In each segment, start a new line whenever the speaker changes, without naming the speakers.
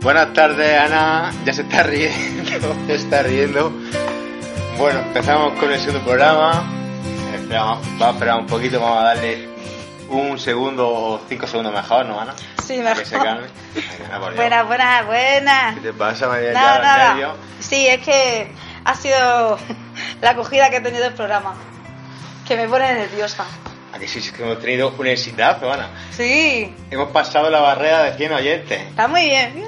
Buenas tardes, Ana. Ya se está riendo, se está riendo. Bueno, empezamos con el segundo programa. Esperamos, vamos a esperar un poquito, vamos a darle un segundo o cinco segundos mejor, ¿no, Ana?
Sí,
Para Que se
mejor.
calme. Ay, Ana, por Dios.
Buenas, buenas, buenas.
¿Qué te pasa, María?
No,
Ya,
no,
nervio.
no. Sí, es que ha sido la acogida que ha tenido el programa. Que me pone nerviosa.
¿A que sí, sí, que hemos tenido un exitazo, Ana.
Sí,
Hemos pasado la barrera de 100 oyentes.
está muy bien. ¡Bien!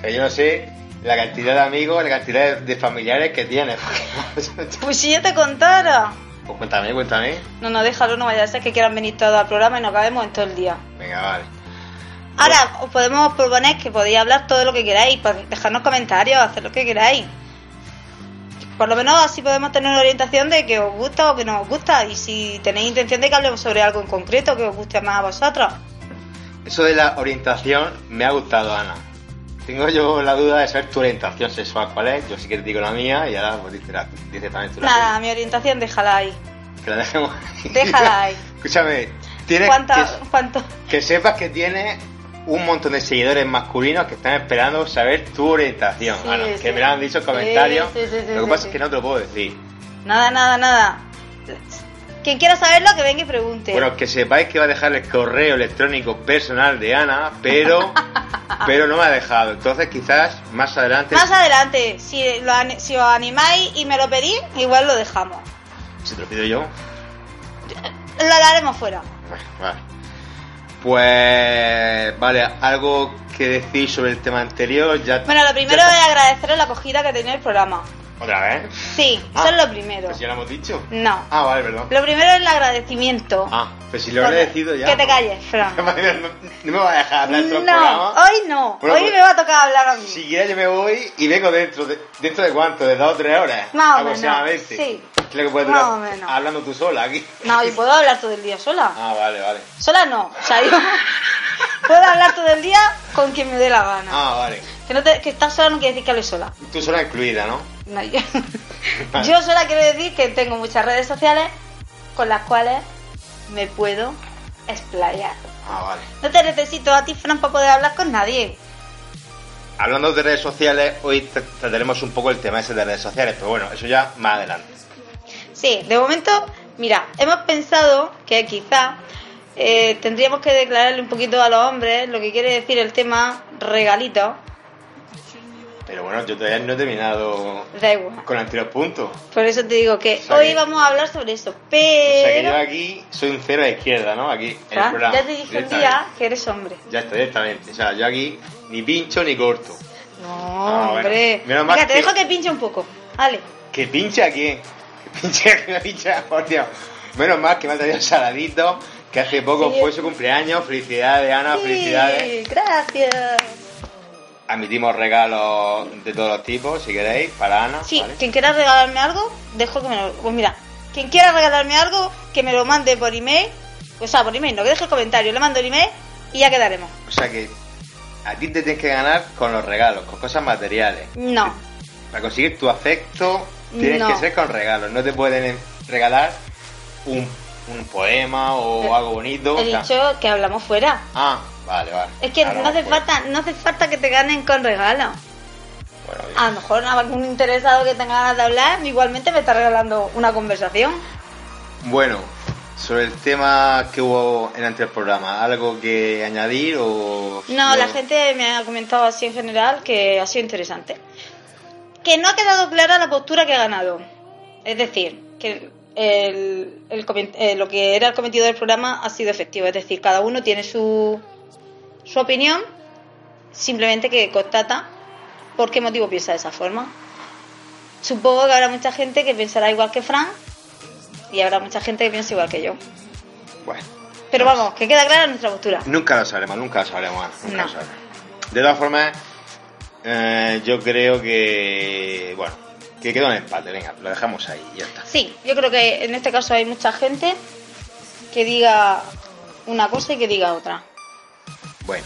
Pero yo no sé la cantidad de amigos, la cantidad de, de familiares que tienes. pues
Pues si yo te contara.
cuéntame, cuéntame.
No, no, déjalo, no vaya a ser que quieran venir todos al programa y nos acabemos en todo el día.
Venga, vale.
Ahora, os podemos proponer que podéis hablar todo lo que queráis, pues, dejarnos comentarios, hacer lo que queráis. Por lo menos así podemos tener una orientación de que os gusta o que no os gusta. Y si tenéis intención de que hablemos sobre algo en concreto que os guste más a vosotros.
Eso de la orientación me ha gustado, Ana. Tengo yo la duda de saber tu orientación sexual cuál es. Yo sí que te digo la mía y ahora pues, dice, la- dice también tú la
Nada, mi orientación déjala ahí.
tuya. Que la dejemos ahí.
Déjala ahí.
Escúchame, tienes
¿Cuánto?
que,
cuánto?
que sepas que tienes un montón de seguidores masculinos que están esperando saber tu orientación,
Sí,
Ana.
sí.
Que me la han dicho en comentarios.
Sí, sí, sí, sí,
lo que
sí,
pasa
sí.
es que no te lo puedo decir.
Nada, nada, nada. Quien quiera saberlo, que venga y pregunte.
Bueno, que sepáis que va a dejar el correo electrónico personal de Ana, pero, pero no me ha dejado. Entonces quizás más adelante...
Más adelante, si, lo, an- si os animáis y me lo pedís, igual lo dejamos.
Si te lo pido yo,
Lo daremos fuera.
Bueno, Vale. Pues vale, algo que decir sobre el tema anterior, ya.
Bueno, lo primero
ya
es
está.
agradeceros la acogida que ha tenido el programa.
Otra vez.
Sí,
Ah,
eso es lo primero.
Pues ya lo hemos dicho.
No.
Ah, vale, perdón.
Lo primero es el agradecimiento.
Ah, pues si lo he
Bueno,
agradecido ya.
Que te calles, Fran.
no, no me vas a dejar hablar todo el
No,
programa.
hoy no.
Bueno,
hoy
pues-
me va a tocar hablar a mí.
Si quieres yo me voy y vengo dentro de, dentro de cuánto, de dos o tres horas.
Más o
aproximadamente.
menos, sí.
Es lo que puedes
Más
durar
o menos.
hablando tú sola aquí.
No, yo puedo hablar todo el día sola.
Ah, vale, vale.
Sola no. O sea, yo puedo hablar todo el día con quien me dé la gana.
Ah, vale.
Que, no te- que estar sola no quiere decir que hable sola.
Tú sola incluida, ¿no?
No, yo... yo sola quiero decir que tengo muchas redes sociales con las cuales me puedo explayar.
Ah, vale.
No te necesito a ti, Fran, para poder hablar con nadie.
Hablando de redes sociales, hoy tra- trataremos un poco el tema ese de redes sociales, pero bueno, eso ya más adelante.
Sí, de momento, mira, hemos pensado que quizá eh, tendríamos que declararle un poquito a los hombres lo que quiere decir el tema regalito.
Pero bueno, yo todavía no he terminado
Da igual.
con el anterior punto. O
Por eso te digo que
O sea
hoy
que-
vamos a hablar sobre eso,
sea que yo
pero...
aquí soy un cero a la izquierda, ¿no? Aquí en el
Fran,
programa.
ya te dije un día
directamente.
que eres hombre.
Ya está, directamente. O sea, yo aquí ni pincho ni corto.
No,
Ah, bueno.
hombre.
Menos mal
Venga, te
que-
dejo que pinche un poco. Vale.
¿Que pincha aquí? ¿Que pincha? ¿Que pincha? Por Dios. Menos mal que me ha traído Saladito, que hace poco
Sí.
fue su cumpleaños. Felicidades, Ana, felicidades.
Sí, gracias.
Admitimos regalos de todos los tipos, si queréis, para Ana.
Sí,
¿vale?
quien quiera regalarme algo, dejo que me lo... Pues mira, quien quiera regalarme algo, que me lo mande por email. O sea, por email, no, que deje el comentario. Le mando el email y ya quedaremos.
O sea que a ti te tienes que ganar con los regalos, con cosas materiales.
No,
Para conseguir tu afecto tienes
No.
que ser con regalos. No te pueden regalar un, un poema o
Eh,
algo bonito.
he
o sea-
dicho que hablamos fuera.
Ah, vale, vale.
Es que
Ahora
no hace
pues,
falta, no hace falta que te ganen con regalo.
bueno, bien.
A lo mejor algún interesado que tenga ganas de hablar, igualmente me está regalando una conversación.
Bueno, sobre el tema que hubo en el anterior programa, ¿algo que añadir o...?
No,
o-
la gente me ha comentado así en general que ha sido interesante. Que no ha quedado clara la postura que ha ganado. Es decir, que el- el comen- eh, lo que era el cometido del programa ha sido efectivo. Es decir, cada uno tiene su, su opinión, simplemente que constata por qué motivo piensa de esa forma. Supongo que habrá mucha gente que pensará igual que Fran Y habrá mucha gente que piense igual que yo.
Bueno,
Pero
Pues
vamos, que queda clara nuestra postura.
nunca lo sabremos, nunca lo sabremos. Nunca
No.
lo sabremos. De todas formas, eh, yo creo que. Bueno, que quedó un empate, venga, lo dejamos ahí y ya está.
Sí, yo creo que en este caso hay mucha gente que diga una cosa y que diga otra.
Bueno,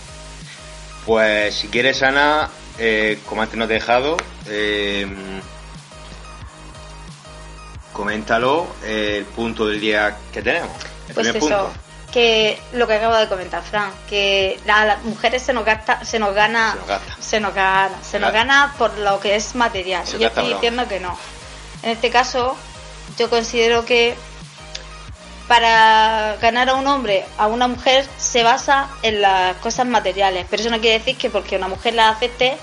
pues si quieres, Ana, eh, como antes no te he dejado, eh, coméntalo eh, el punto del día que tenemos. El
Pues
primer
eso,
punto.
que lo que acabo de comentar, Fran, que la- las mujeres se nos gasta, se nos gana,
Se nos gasta.
se nos gana, se nos
Claro.
gana por lo que es material.
Se
Yo
gasta,
estoy
bro.
diciendo que no. En este caso, yo considero que para ganar a un hombre, a una mujer, se basa en las cosas materiales. Pero eso no quiere decir que porque una mujer la acepte,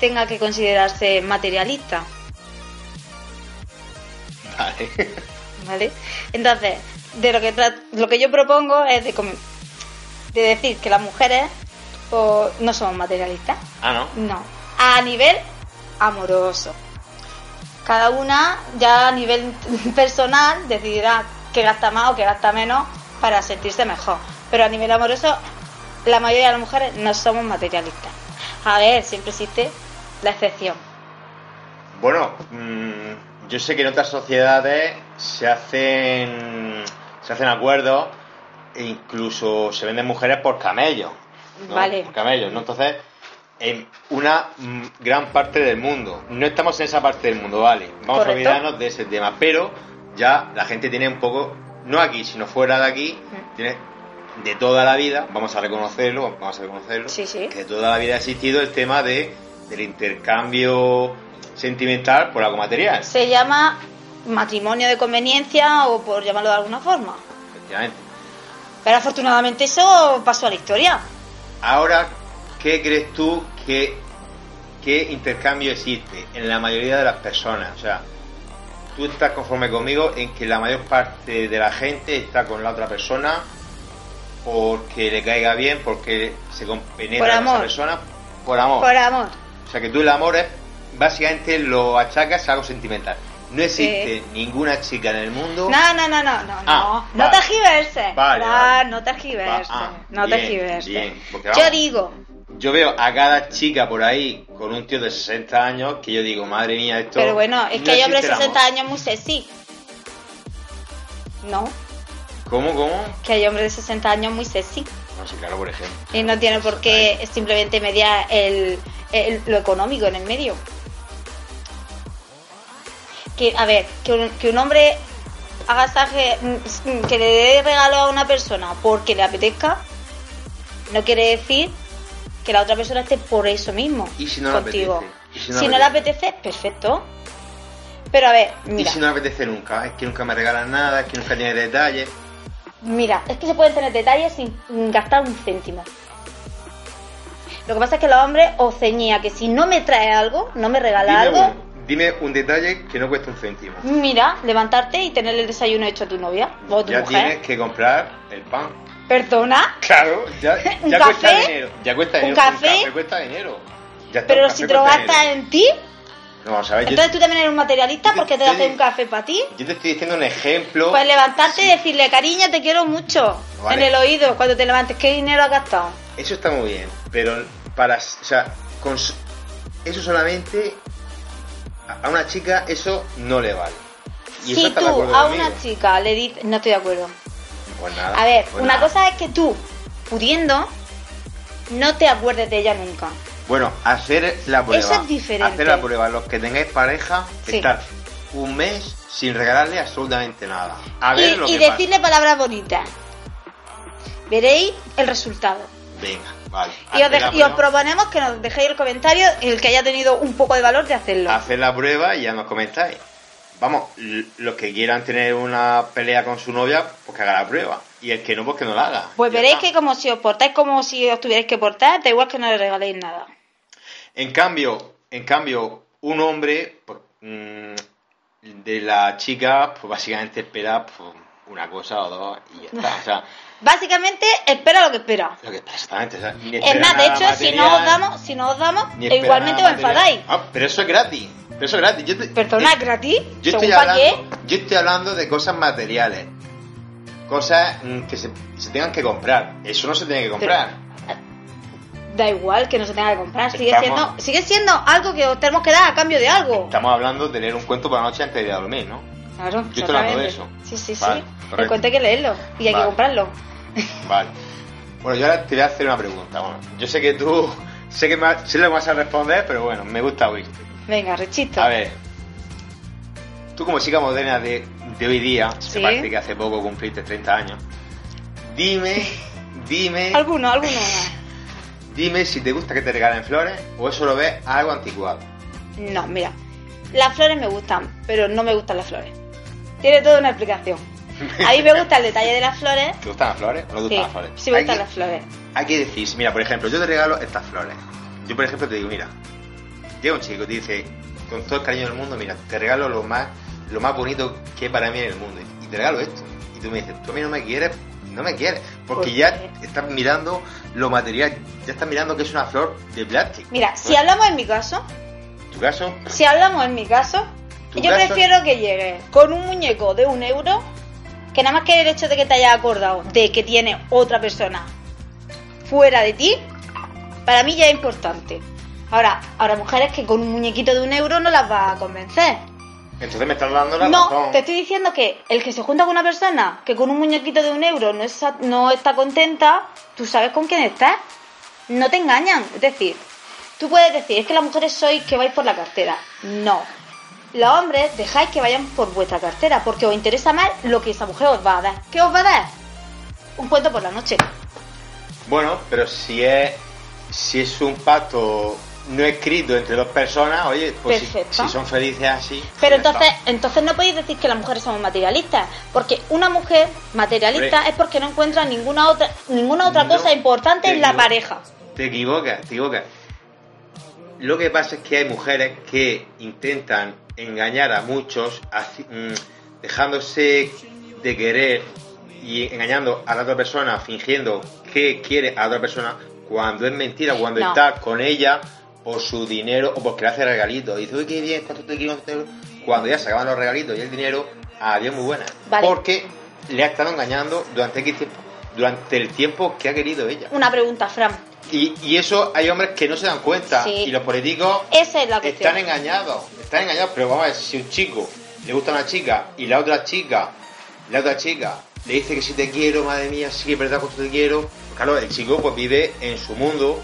tenga que considerarse materialista.
Vale.
¿Vale? Entonces, de lo que tra- lo que yo propongo es de, com- de decir que las mujeres pues, no somos materialistas,
ah, ¿no?
no, a nivel amoroso. Cada una ya a nivel personal decidirá qué gasta más o qué gasta menos para sentirse mejor. Pero a nivel amoroso, la mayoría de las mujeres no somos materialistas. A ver, siempre existe la excepción.
Bueno, mm, yo sé que en otras sociedades se hacen se hacen acuerdos e incluso se venden mujeres por camellos. ¿no?
Vale.
Por camellos, ¿no? Entonces, en una mm, gran parte del mundo. No estamos en esa parte del mundo, vale. Vamos
Correcto.
a olvidarnos de ese tema. Pero ya la gente tiene un poco, no aquí, sino fuera de aquí,
Mm.
tiene de toda la vida, vamos a reconocerlo, vamos a reconocerlo,
Sí, sí.
que de toda la vida ha existido el tema de, del intercambio sentimental por algo material.
Se llama matrimonio de conveniencia o por llamarlo de alguna forma.
Efectivamente.
Pero afortunadamente eso pasó a la historia.
Ahora, ¿qué crees tú que qué intercambio existe en la mayoría de las personas? O sea, tú estás conforme conmigo en que la mayor parte de la gente está con la otra persona porque le caiga bien, porque se compenetra
Por
con esa
amor.
persona por amor.
Por amor.
O sea, que tú el amor es básicamente lo achacas a algo sentimental. No existe ninguna chica en el mundo.
No, no, no, no, no,
Ah,
no. No
vale.
tergiverses.
Vale,
Ah,
vale.
No tergiverses.
Ah,
no
bien,
tergiverses.
bien, porque
Yo
vamos.
digo,
Yo veo a cada chica por ahí con un tío de 60 años que yo digo, madre mía, esto.
pero bueno, es
no
que hay hombres de
existe el
60
amor".
años muy sexy. No,
¿Cómo, cómo?
que hay hombres de 60 años muy sexy.
No sé, claro, por ejemplo.
Y no tiene por qué simplemente mediar el, el- lo económico en el medio. Que, a ver, que un, que un hombre haga saje, mm, mm, que le dé regalo a una persona porque le apetezca, no quiere decir que la otra persona esté por eso mismo
¿Y si no le
contigo.
apetece? ¿Y
si no, le apetece, perfecto. Pero a ver,
Y
mira,
si no me apetece nunca, es que nunca me regalan nada, es que nunca tiene detalles.
mira, es que se pueden tener detalles sin mm, gastar un céntimo. Lo que pasa es que los hombres os ceñía que si no me trae algo, no me regala
Dime
algo,
un, dime un detalle que no cuesta un céntimo.
mira, levantarte y tener el desayuno hecho a tu novia o a tu
ya
mujer.
tienes que comprar el pan.
Perdona,
Claro, ya,
¿Un
ya cuesta
café?
dinero. Ya cuesta
¿Un
dinero.
café?
cuesta dinero. Ya está, un
pero
café
si te lo
cuesta
gastas
dinero.
en ti,
No, vamos a ver, yo,
entonces tú también eres un materialista porque te
yo-
haces un café para ti.
yo te estoy diciendo un ejemplo.
Pues levantarte y decirle, cariño, te quiero mucho
Vale.
en el oído cuando te levantes, ¿qué dinero has gastado?
Eso está muy bien, pero para. O sea, con, s- eso solamente. A a una chica eso no le vale. Y eso
si
está
tú
de acuerdo
a
conmigo.
una chica le dices, no estoy de acuerdo.
Pues nada,
A ver,
pues
una
nada.
cosa es que tú, pudiendo, no te acuerdes de ella nunca.
Bueno, hacer la prueba.
Eso es diferente.
Hacer la prueba. Los que tengáis pareja,
Sí.
estar un mes sin regalarle absolutamente nada. A
y
ver lo
y
que
decirle palabras bonitas. Veréis el resultado.
pasa. Ah, Venga, pues vale.
Y os,
Hacer
dej-
la
y os
prueba.
proponemos que nos dejéis el comentario el que haya tenido un poco de valor de hacerlo.
hacer la prueba y ya nos comentáis. Vamos, l- los que quieran tener una pelea con su novia, pues que haga la prueba. Y el que no, pues que no la haga.
Pues
Ya
veréis
está.
que como si os portáis como si os tuvierais que portar, da igual que no le regaléis nada.
En cambio, en cambio, un hombre pues, mm, de la chica, pues básicamente espera pues, una cosa o dos y ya está. O sea,
Básicamente, espera lo que espera.
lo que exactamente. o sea, ni
Es
espera
más, de
nada
hecho, si no
material,
os damos, si no os damos,
ni espera
igualmente os
nada material.
enfadáis.
Ah, pero eso es gratis. Pero eso es gratis. Yo te-
Perdona,
yo-
gratis.
yo
¿Según ¿eh?
estoy,
para
hablando,
qué?
yo estoy hablando de cosas materiales. Cosas mm, que se, se tengan que comprar. Eso no se tiene que comprar.
Da igual que no se tenga que comprar. Sigue
Estamos-
siendo, sigue siendo algo que os tenemos que dar a cambio de algo.
Estamos hablando de leer un cuento por la noche antes de ir a dormir, ¿no?
Claro,
Yo estoy hablando de
exactamente.
eso.
Sí, sí, sí.
Vale,
El
correcto.
cuento hay que leerlo y hay
Vale.
que comprarlo.
Vale. Bueno, yo ahora te voy a hacer una pregunta. Bueno, yo sé que tú. Sé que me ha- sé lo que vas a responder, pero bueno, me gusta oírte.
Venga, rechito.
A ver. Tú, como chica moderna de, de hoy día,
Sí.
me parece que hace poco cumpliste 30 años. Dime, dime,
Alguno, alguno.
dime si te gusta que te regalen flores o eso lo ves algo anticuado.
No, mira. Las flores me gustan, pero no me gustan las flores. Tiene toda una explicación. A mí me gusta el detalle de las flores.
¿Te gustan las flores o no te
Sí,
gustan las flores?
sí me
Hay
gustan
que-
las flores.
Hay que decir, mira, por ejemplo, yo te regalo estas flores. Yo, por ejemplo, te digo, mira, llega un chico y te dice, con todo el cariño del mundo, mira, te regalo lo más, lo más bonito que hay para mí en el mundo. Y te regalo esto. Y tú me dices, tú a mí no me quieres, no me quieres. Porque
¿Por
ya estás mirando lo material, ya estás mirando que es una flor de plástico. Pues,
Mira, si hablamos en mi caso,
En tu caso,
si hablamos en mi caso,
Tu
yo
caso-
prefiero que llegue con un muñeco de un euro que nada más que el hecho de que te hayas acordado de que tiene otra persona fuera de ti, para mí ya es importante. Ahora, ahora mujeres que con un muñequito de un euro no las va a convencer.
entonces me estás dando la
No,
razón.
te estoy diciendo que el que se junta con una persona que con un muñequito de un euro no, es- no está contenta, tú sabes con quién estás. No te engañan. Es decir, tú puedes decir, es que las mujeres sois que vais por la cartera. No. Los hombres dejáis que vayan por vuestra cartera porque os interesa más lo que esa mujer os va a dar. ¿Qué os va a dar? Un cuento por la noche.
Bueno, pero si es, si es un pacto no escrito entre dos personas, oye, pues si,
Perfecto.
si son felices así.
Pero
pues ya
entonces,
está.
entonces no podéis decir que las mujeres somos materialistas, porque una mujer materialista
Hombre.
es porque no encuentra ninguna otra ninguna otra
No,
cosa importante
te
en la
equivo-
pareja.
Te equivocas, te equivocas. Lo que pasa es que hay mujeres que intentan engañar a muchos, haci- mm, dejándose de querer y engañando a la otra persona, fingiendo que quiere a la otra persona, cuando es mentira, cuando
No.
está con ella por su dinero o porque le hace regalitos. Y dice, uy, qué bien, cuánto te quiero, cuánto te quiero". Cuando ya se acaban los regalitos y el dinero, adiós, muy buena.
Vale.
Porque le ha estado engañando durante X tiempo, durante el tiempo que ha querido ella.
Una pregunta, Fran.
Y, y eso hay hombres que no se dan cuenta.
Sí.
Y los políticos
Esa es la cuestión.
están engañados. Están engañados. Pero vamos a ver, si un chico le gusta una chica y la otra chica, la otra chica le dice que si te quiero, madre mía, sí que es verdad cuánto te quiero. Pues claro, el chico pues vive en su mundo,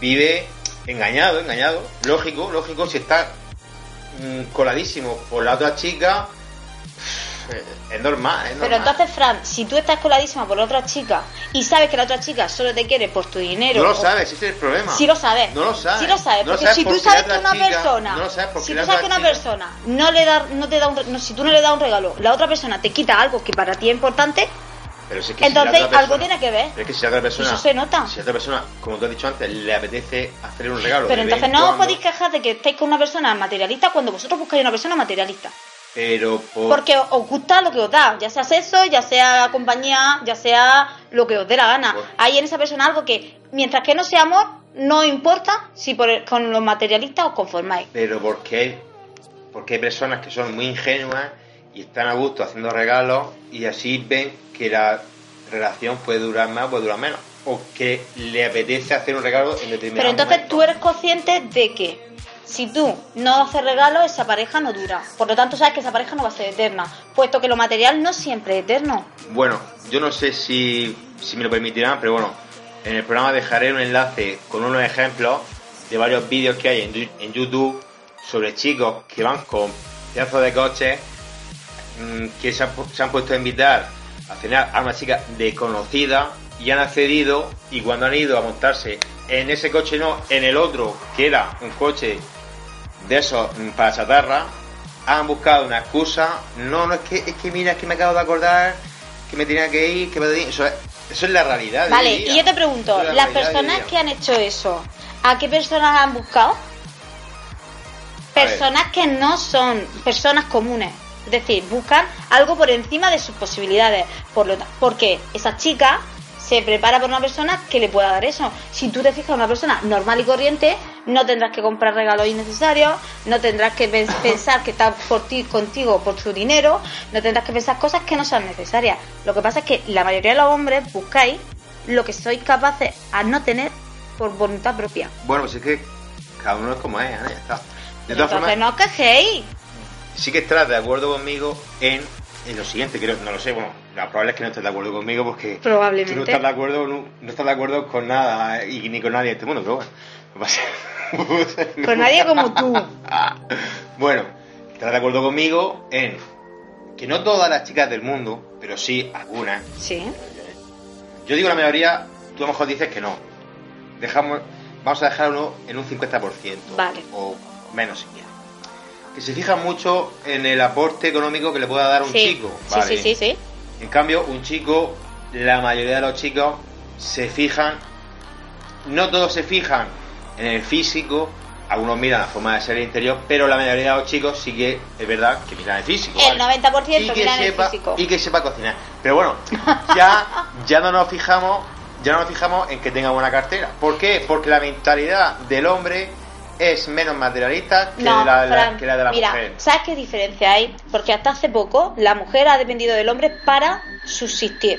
vive engañado, engañado. Lógico, lógico, si está mm, coladísimo por la otra chica, es normal, es normal.
Pero entonces, Fran, si tú estás coladísima por la otra chica y sabes que la otra chica solo te quiere por tu dinero...
no lo
o-
sabes, ese es el problema.
Sí lo sabes.
No lo sabes.
Sí lo sabes.
No lo
Porque
sabes
si tú
porque
sabes
la
que una
otra chica-
persona...
no lo sabes porque
si
la
tú sabes que
otra
una
chica-
persona no le da, no te da un, re- no, si tú no le das un regalo, la otra persona te quita algo que para ti es importante,
Pero si es que si la
entonces
otra
algo
persona-
tiene que ver.
Pero es que si la otra persona.
Eso se nota.
Si la otra persona, como tú has dicho antes, le apetece hacerle un regalo.
Pero
de vez
entonces
en
no os
cuando,
podéis quejar de que estéis con una persona materialista cuando vosotros buscáis una persona materialista.
Pero por.
Porque os os gusta lo que os da, ya sea sexo, ya sea compañía, ya sea lo que os dé la gana.
Bueno.
Hay en esa persona algo que, mientras que no sea amor, no importa si por el- con los materialistas os conformáis.
Pero porque hay, porque hay personas que son muy ingenuas y están a gusto haciendo regalos y así ven que la relación puede durar más, puede durar menos. O que le apetece hacer un regalo en determinado
Pero entonces
momento.
tú eres consciente de que si tú no haces regalos, esa pareja no dura. Por lo tanto, sabes que esa pareja no va a ser eterna, puesto que lo material no siempre es eterno.
Bueno, yo no sé si, si me lo permitirán, pero bueno, en el programa dejaré un enlace con unos ejemplos de varios vídeos que hay en, Yu- en YouTube sobre chicos que van con pedazos de coches mm, que se han, pu- se han puesto a invitar a cenar a una chica desconocida y han accedido y cuando han ido a montarse en ese coche no, en el otro, que era un coche de esos mm, para chatarra, han buscado una excusa, no, no, es que, es que mira, es que me acabo de acordar que me tenía que ir, que me tenía... Eso es, eso es la realidad. de
Vale,
hoy día.
y yo te pregunto,
Eso es la
las
realidad de hoy
personas
día.
que han hecho eso, ¿a qué personas han buscado?
ver.
Personas que no son personas comunes. Es decir, buscan algo por encima de sus posibilidades. Por lo ta- porque esa chica se prepara por una persona que le pueda dar eso. Si tú te fijas en una persona normal y corriente, no tendrás que comprar regalos innecesarios, no tendrás que pens- pensar que está por ti, contigo por su dinero, no tendrás que pensar cosas que no sean necesarias. Lo que pasa es que la mayoría de los hombres buscáis lo que sois capaces a no tener por voluntad propia.
Bueno, pues es que cada uno es como es, Ana, ya está. De todas
Entonces
formas,
no os quejéis.
sí que estarás de acuerdo conmigo en, en lo siguiente, creo, no lo sé, bueno, lo probable es que no estés de acuerdo conmigo porque
Probablemente.
tú no estás de acuerdo con, un- no estás de acuerdo con nada y ni con nadie de este mundo, pero bueno, no pasa
Pero nadie como tú.
Bueno, estarás de acuerdo conmigo en que no todas las chicas del mundo, pero sí algunas,
Sí.
Yo digo la mayoría, tú a lo mejor dices que no. Dejamos, vamos a dejarlo en un 50%.
Vale.
O menos si quieres. Que se fija mucho en el aporte económico que le pueda dar un
sí.
chico.
Sí,
Vale.
sí, sí, sí.
En cambio, un chico, la mayoría de los chicos se fijan, no todos se fijan en el físico, algunos miran la forma de ser el interior, pero la mayoría de los chicos sí que es verdad que miran el físico.
El 90%
Y que
miran el
sepa-
físico.
Y que sepa cocinar. Pero bueno, ya, ya no nos fijamos, ya no nos fijamos en que tenga buena cartera. ¿Por qué? Porque la mentalidad del hombre es menos materialista que,
No,
la, de la-
Fran,
que la de la
mira,
mujer.
¿sabes qué diferencia hay? Porque hasta hace poco la mujer ha dependido del hombre para subsistir.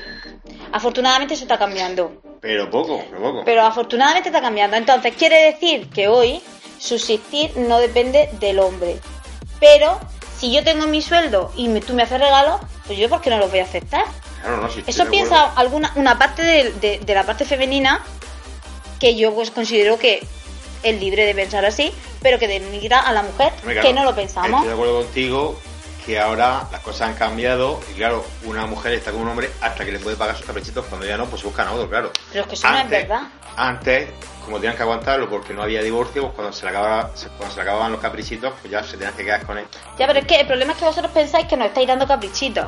Afortunadamente eso está cambiando.
Pero poco, pero poco.
Pero afortunadamente está cambiando. Entonces quiere decir que hoy subsistir no depende del hombre. Pero si yo tengo mi sueldo y me- tú me haces regalos, pues yo ¿por qué no los voy a aceptar?
Claro, no, sí, estoy
Eso
de acuerdo.
piensa alguna una parte de, de- de la parte femenina que yo pues considero que es libre de pensar así, pero que denigra a la mujer
Hombre, claro,
que no lo pensamos.
Estoy de acuerdo contigo que ahora las cosas han cambiado y claro, una mujer está con un hombre hasta que le puede pagar sus caprichitos, cuando ya no, pues se buscan a otro, claro.
Pero es que eso no es verdad.
Antes, como tenían que aguantarlo porque no había divorcio, pues cuando se le, acababa, se- cuando se le acababan los caprichitos, pues ya se tenían que quedar con él.
Ya, pero es que el problema es que vosotros pensáis que nos estáis dando caprichitos.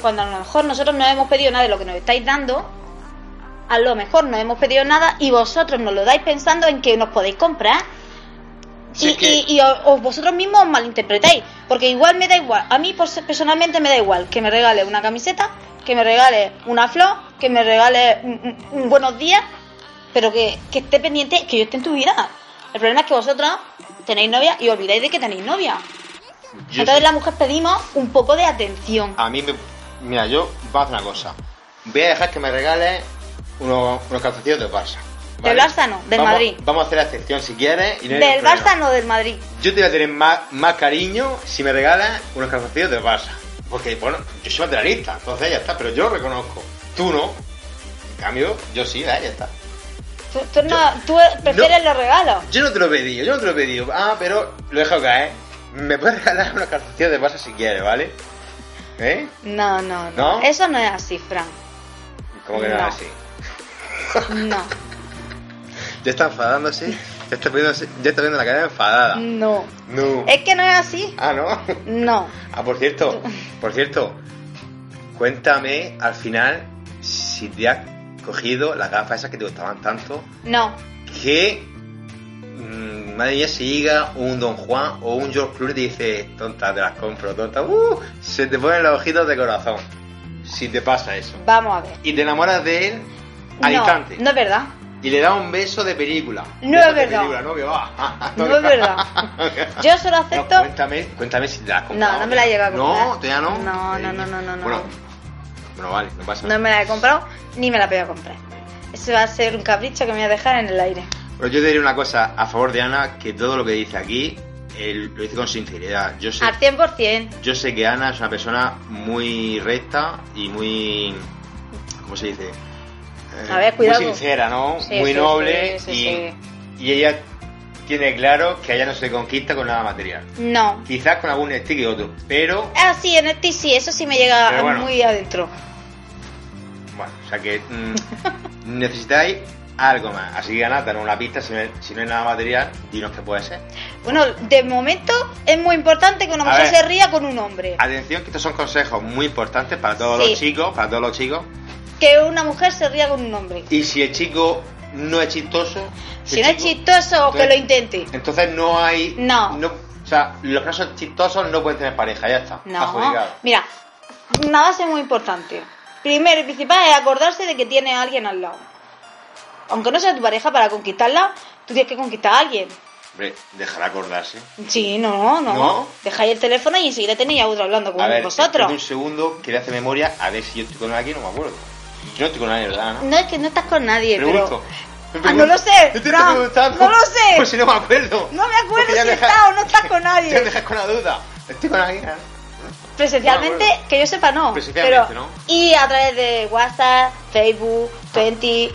Cuando a lo mejor nosotros no hemos pedido nada de lo que nos estáis dando, a lo mejor no hemos pedido nada y vosotros nos lo dais pensando en que nos podéis comprar.
Si
y
es que-
y- y os- os vosotros mismos os malinterpretáis. Porque igual me da igual. A mí pues, personalmente me da igual que me regale una camiseta, que me regale una flor, que me regale un, un- un buenos días, pero que, que esté pendiente que yo esté en tu vida. El problema es que vosotros tenéis novia y olvidáis de que tenéis novia.
Yo
Entonces
sí- Ah,
las mujeres pedimos un poco de atención.
A mí me... Mira, yo voy a hacer una cosa. Voy a dejar que me regales unos, unos calzoncillos de Barça.
Del Barça no, del
Vamos-
Madrid.
Vamos a hacer la excepción si quieres. y no hay
del
problema.
Barça no del Madrid.
Yo te voy a tener más, más cariño si me regalas unos calzoncillos de Barça. Porque, bueno, yo soy materialista, entonces ya está, pero yo lo reconozco. Tú no. En cambio, yo sí, ah, ya está.
Tú, tú no, tú prefieres los regalos.
Yo no te lo he pedido, yo no te lo he pedido. Ah, pero lo he dejado caer. Me puedes regalar unos calzoncillos de Barça si quieres, ¿vale? ¿Eh?
No, no, no,
¿No?
Eso no es así, Fran.
Como que no es
No.
así.
No,
Ya está enfadándose, ya está, poniéndose- ya está viendo la cara enfadada.
no.
No.
Mm. Es que no es así.
Ah, no.
No.
Ah, por cierto, por cierto, cuéntame al final si te has cogido las gafas esas que te gustaban tanto,
No.
que mm, madre mía, si llega un Don Juan o un George Clooney y te dice, tonta, te las compro, tonta, uh", se te ponen los ojitos de corazón, si te pasa eso.
Vamos a ver.
Y te enamoras de él al
no,
instante.
No es verdad.
Y le da un beso de película.
No
Beso
es
de
verdad.
película, no, que va.
No es verdad. Yo solo
No, pues.
acepto.
cuéntame, cuéntame si te la has comprado.
No, no me la he llegado a comprar.
No, todavía no.
No, no, no, no, no, no.
Bueno, bueno, vale, no pasa
No
nada.
me la he comprado ni me la voy a comprar. Eso va a ser un capricho que me voy a dejar en el aire.
Pero yo te diré una cosa a favor de Ana, que todo lo que dice aquí él lo dice con sinceridad. Yo sé,
Al 100%.
yo sé que Ana es una persona muy recta y muy... ¿Cómo se dice? Eh,
A ver, cuidado.
Muy sincera, ¿no?
Sí,
muy
sí,
noble
sí, sí,
y, y ella tiene claro que a ella no se le conquista con nada material.
No.
Quizás con algún stick y otro, pero
Ah, sí, en este sí, eso sí me llega
Pero bueno.
muy adentro.
Bueno, o sea que mm, necesitáis algo más. Así que nada, danos una pista. Si no, si no hay nada material, dinos qué puede ser.
Bueno, de momento es muy importante que una
A
mujer
ver.
se ría con un hombre.
Atención, que estos son consejos muy importantes para todos
Sí.
los chicos, para todos los chicos.
Que una mujer se ría con un hombre.
Y si el chico no es chistoso,
Si
el
no es
chico-
chistoso, que lo
entonces-
intente.
Entonces no hay.
No.
O sea, los casos chistosos no pueden tener pareja, ya está.
No.
adjudicado.
Mira, una base muy importante. Primero y principal es acordarse de que tiene a alguien al lado. Aunque no sea tu pareja para conquistarla, tú tienes que conquistar a alguien.
Hombre, dejará acordarse.
Sí, no, no.
¿No?
Dejáis el teléfono y enseguida tenéis a otro hablando con
A ver, espérate un
vosotros.
segundo, que le hace memoria, a ver si yo estoy con alguien, no me acuerdo. Yo no estoy con nadie, ¿verdad? No,
No es que no estás con nadie,
pregunto. Me
Ah,
pregunto.
no lo sé,
Yo te
Fran,
estoy preguntando.
no lo sé.
Pues si no me acuerdo.
pero no me acuerdo
Porque
si
ya me deja-
estás o no estás con
Ya me
nadie.
dejas con la duda. Estoy con alguien. ¿no?
Presencialmente,
No me acuerdo.
que yo sepa, no.
Ah, Presencialmente,
pero,
¿no?
Y a través de WhatsApp, Facebook, Twenty.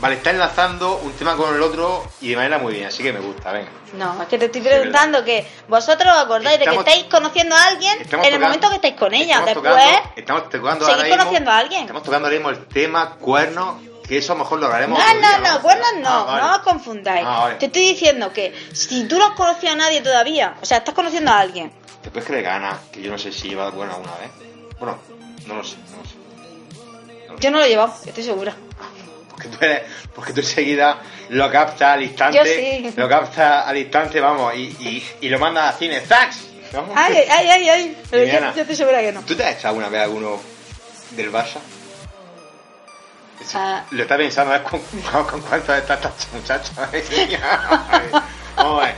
Vale, está enlazando un tema con el otro y de manera muy bien, así que me gusta, venga.
No, es que te estoy
verdad.
preguntando que vosotros os acordáis de
Estamos-
que estáis conociendo a alguien
Estamos
en el
tocando-
momento que estáis con ella.
estamos
Después,
Tocando, estamos tocando
seguís
ahora mismo-
conociendo a alguien.
Estamos tocando ahora mismo el tema cuerno, que eso a lo mejor lo hablaremos.
No,
otro
no,
día,
no, cuernos no,
Ah, vale.
no os confundáis.
Ah, vale.
Te estoy diciendo que si tú no has conocido a nadie todavía, o sea, estás conociendo a alguien,
¿Te puedes creer que Ana, que yo no sé si lleva cuerno alguna vez? Bueno, no lo sé, no lo sé.
yo no lo he llevado, estoy segura.
Porque tú, eres, porque tú enseguida lo captas al instante.
Yo sí.
Lo captas al instante, vamos, y, y, y lo mandas a cine. ¡Zax! Vamos.
Ay, ay, ay, ay, pero yo,
Ah, Liliana.
yo estoy segura que no.
¿Tú te has hecho alguna vez alguno del Barça? Eso,
Ah.
Lo está pensando, a ver con, con, con cuánto está esta muchacha. Vamos a ver,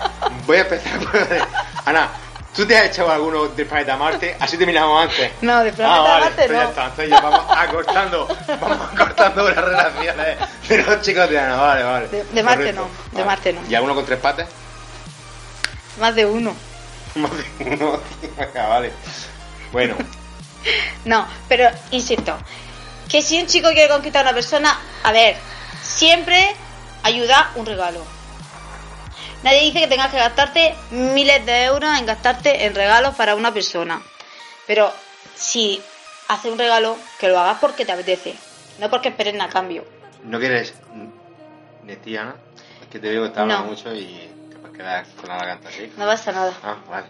voy a empezar por... Ana, ¿tú te has hecho alguno del planeta Marte? Así terminamos antes.
No, del planeta Marte
pues ya
no.
está, entonces ya vamos acortando, vamos acortando las relaciones de los chicos de Ana, vale, vale.
De- de Marte
Correcto.
no, de Marte no.
¿Y alguno con tres patas?
Más de uno.
Más de uno, tío, venga, vale. Bueno,
No, pero insisto, que si un chico quiere conquistar a una persona, a ver, siempre ayuda un regalo. Nadie dice que tengas que gastarte miles de euros en gastarte en regalos para una persona. Pero si haces un regalo, que lo hagas porque te apetece, no porque esperes nada a cambio.
¿No quieres de ti, Ana? Es que te veo que estás hablando
No.
mucho y capaz quedas con la garganta así.
No pasa nada.
Ah, vale.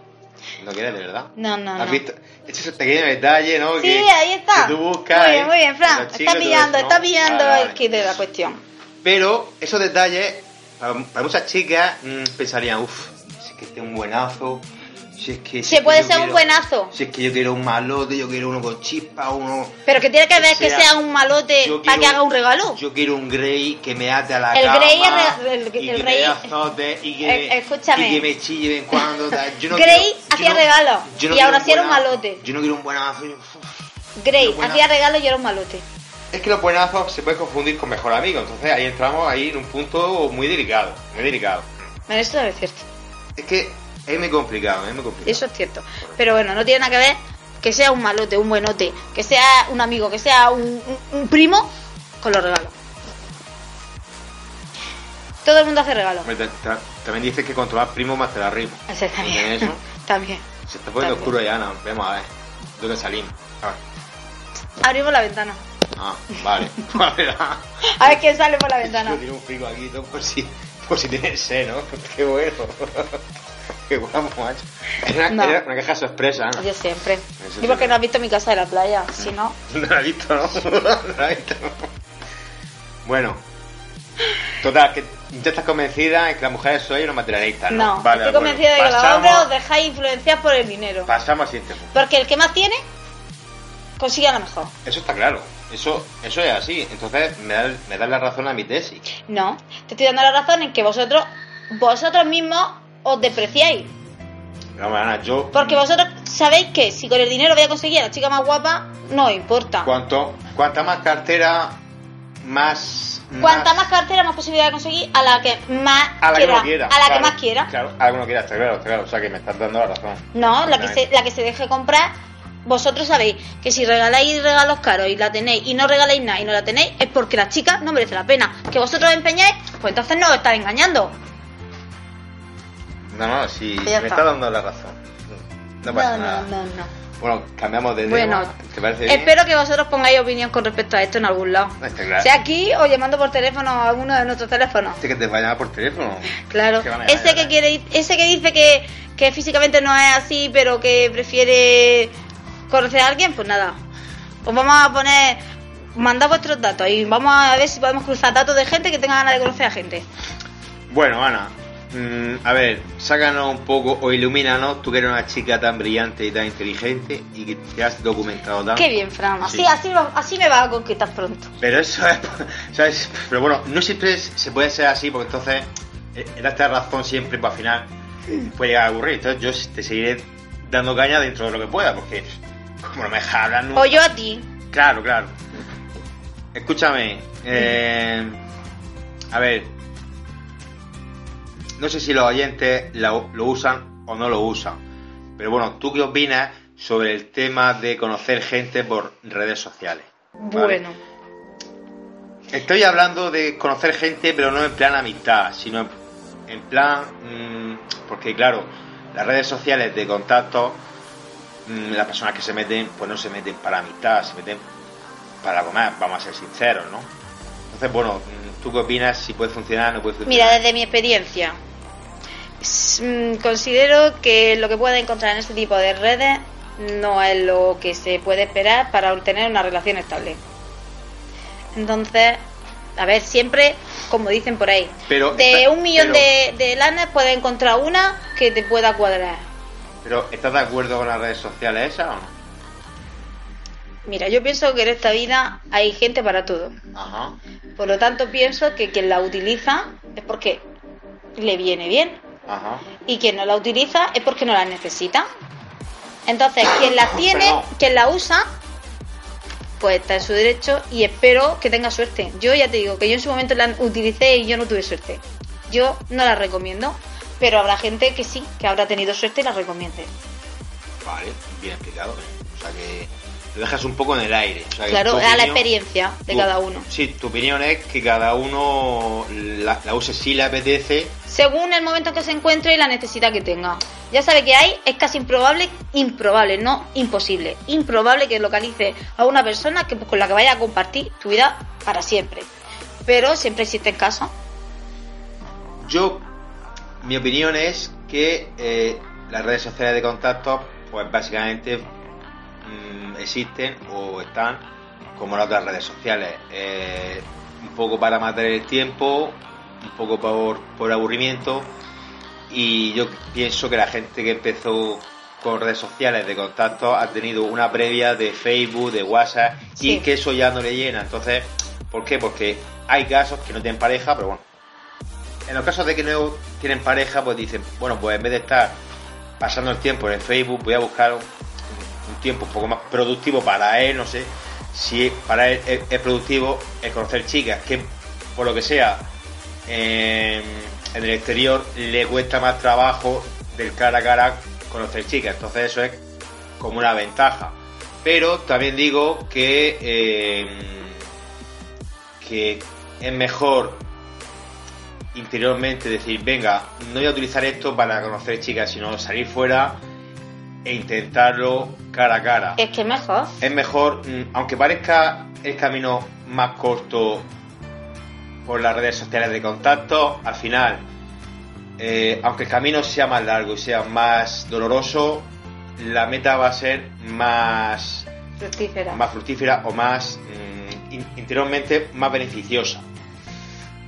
¿No quieres de verdad?
No, no,
¿Has
no.
visto? Este es el pequeño detalle, ¿no?
Sí,
que,
ahí está.
Que tú buscas.
muy bien, muy bien,
en
Fran.
los chicos
Está
y todo
pillando,
eso, ¿no?
está pillando
Vale,
el
vale.
kit de la cuestión.
Pero esos detalles, para, para muchas chicas, mm, pensarían, uff, si es que este es un buenazo. Si es que. si
Se
es que
puede
yo
ser un
quiero-
buenazo,
Si es que yo quiero un malote, yo quiero uno con chispa, uno.
pero que tiene que
que
ver que
sea-
sea un malote
Yo
para Eh, que
quiero-
haga un regalo.
Yo quiero un Grey que me ate a la
El
cama.
Grey es re- el-
y
el
que
Grey-
me azote y que,
Eh,
me-
escúchame.
y que me chille de vez en cuando. tal. Yo no
Grey
quiero- yo
hacía
no-
regalos,
yo no
y
quiero
ahora sí era un
buenazo.
malote.
Yo no quiero un buenazo. yo-
Grey,
Pero bueno.
hacía regalos y era un malote.
Es que los buenazos se pueden confundir con mejor amigo. Entonces ahí entramos ahí en un punto muy delicado. Muy delicado.
Bueno, eso es cierto.
Es que es muy complicado, es muy complicado.
Eso es cierto. Pero bueno, no tiene nada que ver que sea un malote, un buenote, que sea un amigo, que sea un, un- un primo con los regalos. Todo el mundo hace regalos.
Hombre, ta- ta- También dices que controlar primo más te la rima.
Eso también.
¿Entiendes eso?
también.
Se está poniendo
También.
oscuro ya, Ana. Vemos a ver. ¿Dónde salimos? A ver.
Abrimos la ventana.
Ah, vale. Vale. ah.
A ver quién sale por la
Yo
ventana.
tiro un frigo aquí, ¿no? por si, por si tienes sed, ¿no? Qué bueno. Qué guapo, macho. Era una,
No.
era una caja sorpresa, ¿no?
Yo siempre.
Eso
Y porque
sí. Mm.
no has visto mi casa de la playa. Si no,
No la he visto, ¿no? No la he visto. Bueno. Total, que ya estás convencida de que las mujeres sois unos materialistas, ¿no?
no.
Vale,
Estoy
de acuerdo.
convencida de que los
Pasamos-
hombres os dejáis influenciar por el dinero.
Pasamos al siguiente punto.
Porque el que más tiene, consigue a lo mejor.
Eso está claro. Eso, eso es así. Entonces, me das me das la razón a mi tesis.
No, te estoy dando la razón en que vosotros, vosotros mismos os despreciáis.
No, Ana, yo...
Porque vosotros sabéis que si con el dinero voy a conseguir a la chica más guapa, no os importa.
Cuanto, cuanta más cartera, más...
Cuanta más cartera, más posibilidad de conseguir a la que más
A la que
quiera.
no quiera.
a la
claro,
que más quiera.
Claro, a la que no quiera, está claro, está claro. O sea, que me estás dando la razón. eh,
No, la que, se, la que se deje comprar, vosotros sabéis que si regaláis regalos caros y la tenéis y no regaláis nada y no la tenéis, es porque la chica no merece la pena. Que vosotros os empeñáis, pues entonces no os estáis engañando.
No, no, sí,
Ya
me
está.
estás dando la razón. No pasa nada.
no, no.
Bueno, cambiamos de
Bueno,
tema. ¿Te parece bien?
espero que vosotros pongáis opinión con respecto a esto en algún lado.
Está claro.
Sea aquí o llamando por teléfono a uno de nuestros teléfonos.
Este que te va a llamar por teléfono.
Claro.
Que van a llamar,
Ese que
¿verdad?
quiere, ese que dice que, que físicamente no es así, pero que prefiere conocer a alguien, pues nada. Pues vamos a poner, mandad vuestros datos y vamos a ver si podemos cruzar datos de gente que tenga ganas de conocer a gente.
Bueno, Ana, mm, a ver, sácanos un poco o ilumínanos. Tú que eres una chica tan brillante y tan inteligente y que te has documentado tanto.
Qué bien, Fran. Así,
Ah. Sí.
así, lo- así me vas a conquistar pronto.
Pero eso es, ¿sabes? Pero bueno, no siempre es- se puede ser así porque entonces eh, en esta razón siempre para final puede llegar a aburrir. Entonces yo te seguiré dando caña dentro de lo que pueda, porque como no me deja hablar nunca.
O yo a ti.
Claro, claro. Escúchame. eh, a ver. No sé si los oyentes la- lo usan o no lo usan. Pero bueno, ¿tú qué opinas sobre el tema de conocer gente por redes sociales? Vale.
Bueno.
Estoy hablando de conocer gente, pero no en plan amistad, sino en, en plan. mm, porque, claro, las redes sociales de contacto, mm, las personas que se meten, pues no se meten para amistad, se meten para comer, vamos a ser sinceros, ¿no? Entonces, bueno, mm, ¿tú qué opinas? Si puede funcionar, no puede funcionar.
Mira, desde mi experiencia, s- mm, considero que lo que puede encontrar en este tipo de redes no es lo que se puede esperar para obtener una relación estable. Entonces, a ver, siempre, como dicen por ahí,
Pero
de
está-
un millón
pero-
de, de lanas puedes encontrar una que te pueda cuadrar.
Pero, ¿estás de acuerdo con las redes sociales esas o no?
Mira, yo pienso que en esta vida hay gente para todo.
Ajá.
Por lo tanto, pienso que quien la utiliza es porque le viene bien
Ajá.
y quien no la utiliza es porque no la necesita. Entonces, quien la tiene,
Perdón.
quien la usa, pues está en su derecho y espero que tenga suerte. Yo ya te digo que yo en su momento la utilicé y yo no tuve suerte. Yo no la recomiendo, pero habrá gente que sí, que habrá tenido suerte y la recomiende.
Vale, bien explicado. O sea que lo dejas un poco en el aire. O sea que
Claro,
tu
a la
opinión-
experiencia de
tu-
cada uno.
Sí, tu opinión es que cada uno la, la use si le apetece.
según el momento en que se encuentre y la necesidad que tenga. Ya sabe que hay, es casi improbable, improbable, no imposible, improbable que localice a una persona que, pues, con la que vaya a compartir tu vida para siempre. Pero siempre existen casos.
Yo, mi opinión es que eh, las redes sociales de contacto, pues básicamente mm, existen o están como las otras redes sociales. Eh, un poco para matar el tiempo, un poco por, por aburrimiento. Y yo pienso que la gente que empezó con redes sociales de contacto ha tenido una previa de Facebook, de WhatsApp, y
Sí.
que eso ya no le llena. Entonces, ¿por qué? Porque hay casos que no tienen pareja, pero bueno. En los casos de que no tienen pareja, pues dicen, bueno, pues en vez de estar pasando el tiempo en el Facebook, voy a buscar un, un tiempo un poco más productivo para él, no sé si para él es, es productivo el conocer chicas que por lo que sea eh, en el exterior le cuesta más trabajo del cara a cara conocer chicas, entonces eso es como una ventaja. Pero también digo que, eh, que es mejor interiormente decir, venga, no voy a utilizar esto para conocer chicas, sino salir fuera e intentarlo cara a cara.
Es que es mejor.
Es mejor, mm, aunque parezca el camino más corto por las redes sociales de contacto, al final, eh, aunque el camino sea más largo y sea más doloroso, la meta va a ser más,
Fructífera.
más fructífera o más mm, in- interiormente más beneficiosa.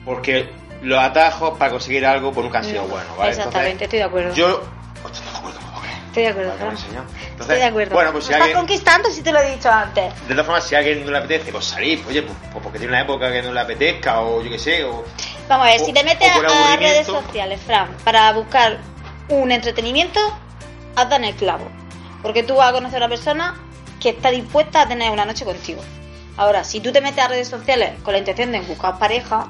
Porque los atajos para conseguir algo pues nunca han sido
No,
buenos, ¿vale?
Mm, Exactamente, estoy de acuerdo.
Entonces, yo... Hostia, no me acuerdo, no me acuerdo.
estoy de acuerdo.
Vale, que me
Fran.
lo enseñó.
estoy
Entonces,
de acuerdo.
Bueno, pues si
Me estás
alguien...
conquistando si te lo he dicho antes.
De todas formas, si a alguien no le apetece, pues salir, oye, pues, pues porque tiene una época que no le apetezca, o yo qué sé, o.
Vamos a ver,
O-
si te metes
o Oh, por
a redes
aburrimiento.
sociales, Fran, para buscar un entretenimiento, has dado en el clavo. Porque tú vas a conocer a una persona que está dispuesta a tener una noche contigo. Ahora, si tú te metes a redes sociales con la intención de buscar pareja,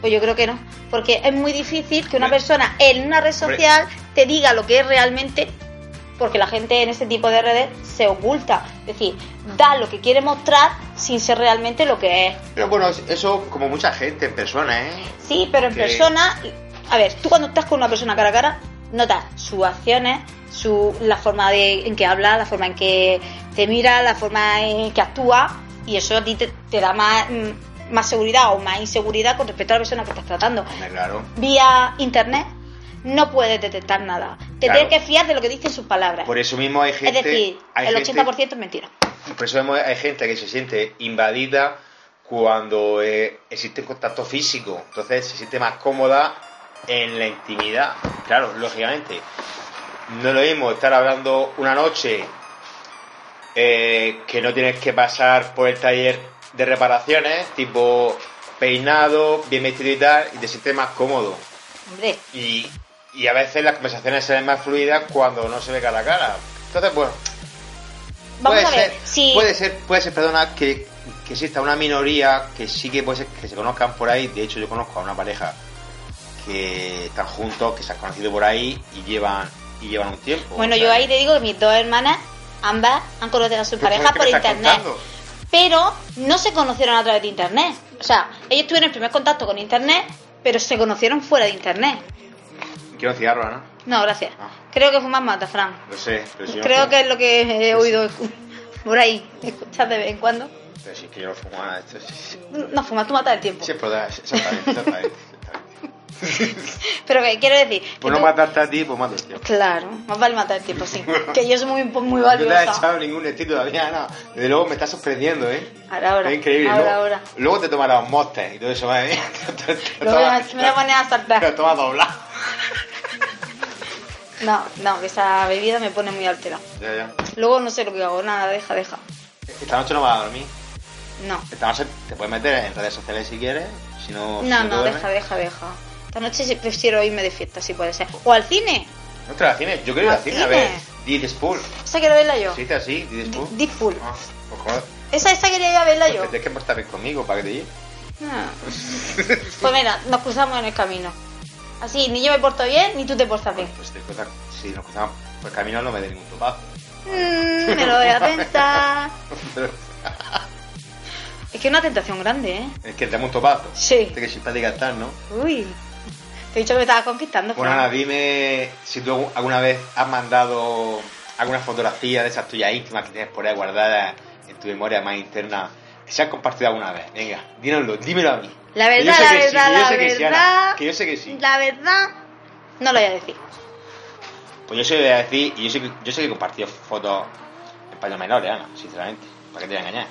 pues yo creo que no. Porque es muy difícil que una
Hombre.
persona en una red
Hombre.
social te diga lo que es realmente. Porque la gente en este tipo de redes se oculta. Es decir, da lo que quiere mostrar sin ser realmente lo que es.
Pero bueno, es- eso como mucha gente en persona, ¿eh?
Sí, pero en
Que-
persona, a ver, tú cuando estás con una persona cara a cara, notas sus acciones, su, la forma de, en que habla, la forma en que te mira, la forma en que actúa, y eso a ti te, te da más, mm, más seguridad o más inseguridad con respecto a la persona que estás tratando.
Hombre, Claro.
Vía internet no puedes detectar nada. Te
Claro.
tienes que fiar de lo que dicen sus palabras.
Por eso mismo hay
es
gente.
decir,
hay
el
gente-
80% es mentira.
Por eso mismo hay gente que se siente invadida cuando eh, existe contacto físico. Entonces se siente más cómoda en la intimidad. Claro, lógicamente. No es lo mismo estar hablando una noche eh, que no tienes que pasar por el taller de reparaciones, tipo peinado, bien vestido y tal, y te sientes más cómodo.
Hombre,
Y, y a veces las conversaciones se ven más fluidas cuando no se ve cara a cara. Entonces, bueno,
vamos
puede,
a ver.
ser,
si...
puede ser, puede ser, perdona, que, que exista una minoría que sí que puede ser que se conozcan por ahí. De hecho, yo conozco a una pareja que están juntos, que se han conocido por ahí y llevan y llevan un tiempo.
Bueno,
O
yo
sea,
ahí te digo que mis dos hermanas, ambas, han conocido a sus
¿qué me- qué
parejas
me
por
estás
internet.
contando?
Pero no se conocieron a través de internet. O sea, ellos tuvieron el primer contacto con internet, pero se conocieron fuera de internet.
Quiero un cigarro, ¿no?
No, gracias.
Ah.
Creo que fumas mata, Fran.
Lo sé, pero si yo
Creo
no fumo-
que es lo que he oído escu- por ahí, escuchar de vez en cuando.
Pero si es que yo no fumo nada de esto. Sí, sí,
No, fumas tú matas el tiempo.
sí, es verdad, exactamente, exactamente, exactamente.
Pero que quiero decir. que
Por no
tú-
matarte a ti, pues mato el tiempo.
Claro, más vale matar el tiempo, sí. que yo soy muy, muy
No te has
valiosa.
echado ningún estilo todavía, no. Desde luego me está sorprendiendo, ¿eh?
Ahora, ahora.
Es increíble.
Ahora,
luego,
ahora.
luego te tomarás un moster y todo eso, ¿eh? Te- te- te
Luego
tomas-
me- me voy a poner a saltar.
Te tomas doblado.
No, no, que esa bebida me pone muy alterada.
Ya, ya.
Luego no sé lo que hago, nada, deja, deja.
Esta noche no vas a dormir.
No,
Esta noche te puedes meter en redes sociales si quieres. Si no, si
no,
te
no,
duermes.
deja, deja, deja. Esta noche sí prefiero irme de fiesta, si puede ser. O al cine.
Ostras, al cine. Yo quiero ir
Al
al cine a
cine.
ver. Did Spool.
Esa quiero verla yo.
¿Sí, así? Did Spool.
Deep Pool.
Ah, pues joder.
Esa, esa quería ya verla
Pues
yo.
tendrías que estar bien conmigo para que te lleve.
Ah. Pues mira, nos cruzamos en el camino. Así, ni yo me porto bien, ni tú te portas bien.
Pues te cuesta- si nos cruzamos por el camino no me dé ningún topazo.
Mm, me lo voy a pensar.
Pero-
Es que es una tentación grande, ¿eh?
es que te damos un topazo.
Sí.
Este que simpática estás, ¿no?
Uy. Te he dicho que me estabas conquistando,
Bueno,
Fran.
Ana, Pues dime si tú algu- alguna vez has mandado alguna fotografía de esas tuyas íntimas que tienes por ahí guardadas en tu memoria más interna, que se han compartido alguna vez. Venga, dínoslo, dímelo a mí.
La
Que yo
verdad,
sé
la
que sí,
verdad,
que yo
la
sé que sí, Ana,
verdad.
Que yo sé que sí.
La verdad, no lo voy a decir.
Pues yo sé que voy a decir, y yo sé que, yo sé que he compartido fotos en paños menores, Ana, sinceramente. ¿Para qué te voy a engañar?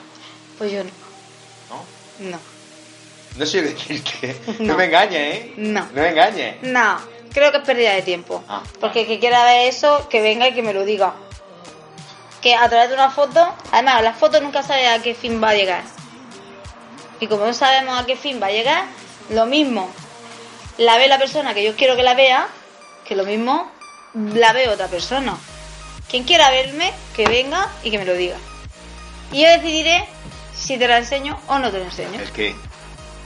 Pues yo
¿No?
no.
No sé qué decirte. No,
No.
me engañes, ¿eh?
No.
No me engañes.
No, creo que es pérdida de tiempo.
Ah.
Porque el que quiera ver eso, que venga y que me lo diga. Que a través de una foto, además, la foto nunca sabe a qué fin va a llegar. Y como no sabemos a qué fin va a llegar, lo mismo la ve la persona que yo quiero que la vea, que lo mismo la ve otra persona. Quien quiera verme, que venga y que me lo diga. Y yo decidiré si te la enseño o no te la enseño.
Es que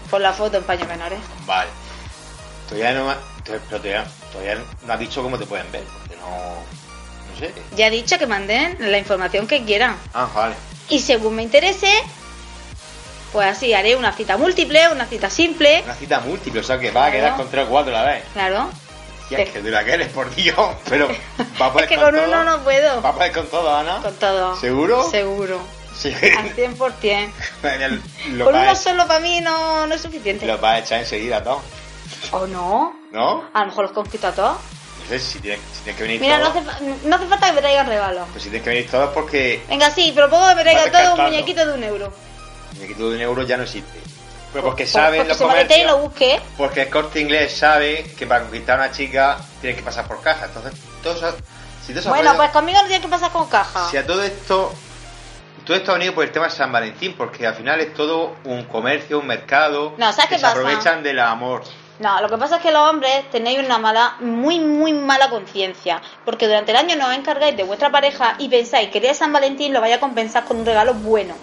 Por la foto en paños menores.
Vale. Todavía no, me ha- to- pero todavía, todavía no has dicho cómo te pueden ver, porque no. No sé.
Ya he dicho que manden la información que quieran.
Ah, vale.
Y según me interese, pues así haré una cita múltiple, una cita simple.
Una cita múltiple, o sea que vas a
Claro.
quedar con tres o cuatro a la vez.
Claro.
Ya es
Sí.
que tú la quieres, por Dios. Pero va a poder
Es que
con,
con uno
todo.
no puedo.
Va a poder con todo, Ana.
Con todo.
¿Seguro?
Seguro.
Sí.
Al 100%.
Mira, lo,
con
vas
uno
a,
solo para mí no, no es suficiente.
lo vas a echar enseguida, ¿no?
¿O no?
¿No?
A lo mejor los conquisto a todos.
No sé si tienes, si tienes que venir
Mira, no
todos.
hace, fa- no hace falta que me traigan regalos.
Pues si tienes que venir todos porque
Venga, sí, propongo que me traigan
Vas
todos un
descartando.
muñequito de un euro.
el equipo de un euro ya no existe. Pero porque
Por-
saben
porque
los
Pues, se moleste y
comercios-
lo busque.
Porque el corte inglés sabe que para conquistar a una chica tiene que pasar por caja. Entonces, todo eso- si todo eso ha
Bueno, pues
podido-
conmigo no tiene que pasar con caja.
si a todo esto, todo esto ha venido por el tema de San Valentín, porque al final es todo un comercio, un mercado.
No, ¿sabes
que
qué
se
pasa?
aprovechan del amor.
No, lo que pasa es que los hombres tenéis una mala, muy, muy mala conciencia. Porque durante el año no os encargáis de vuestra pareja y pensáis que el día de San Valentín lo vaya a compensar con un regalo bueno.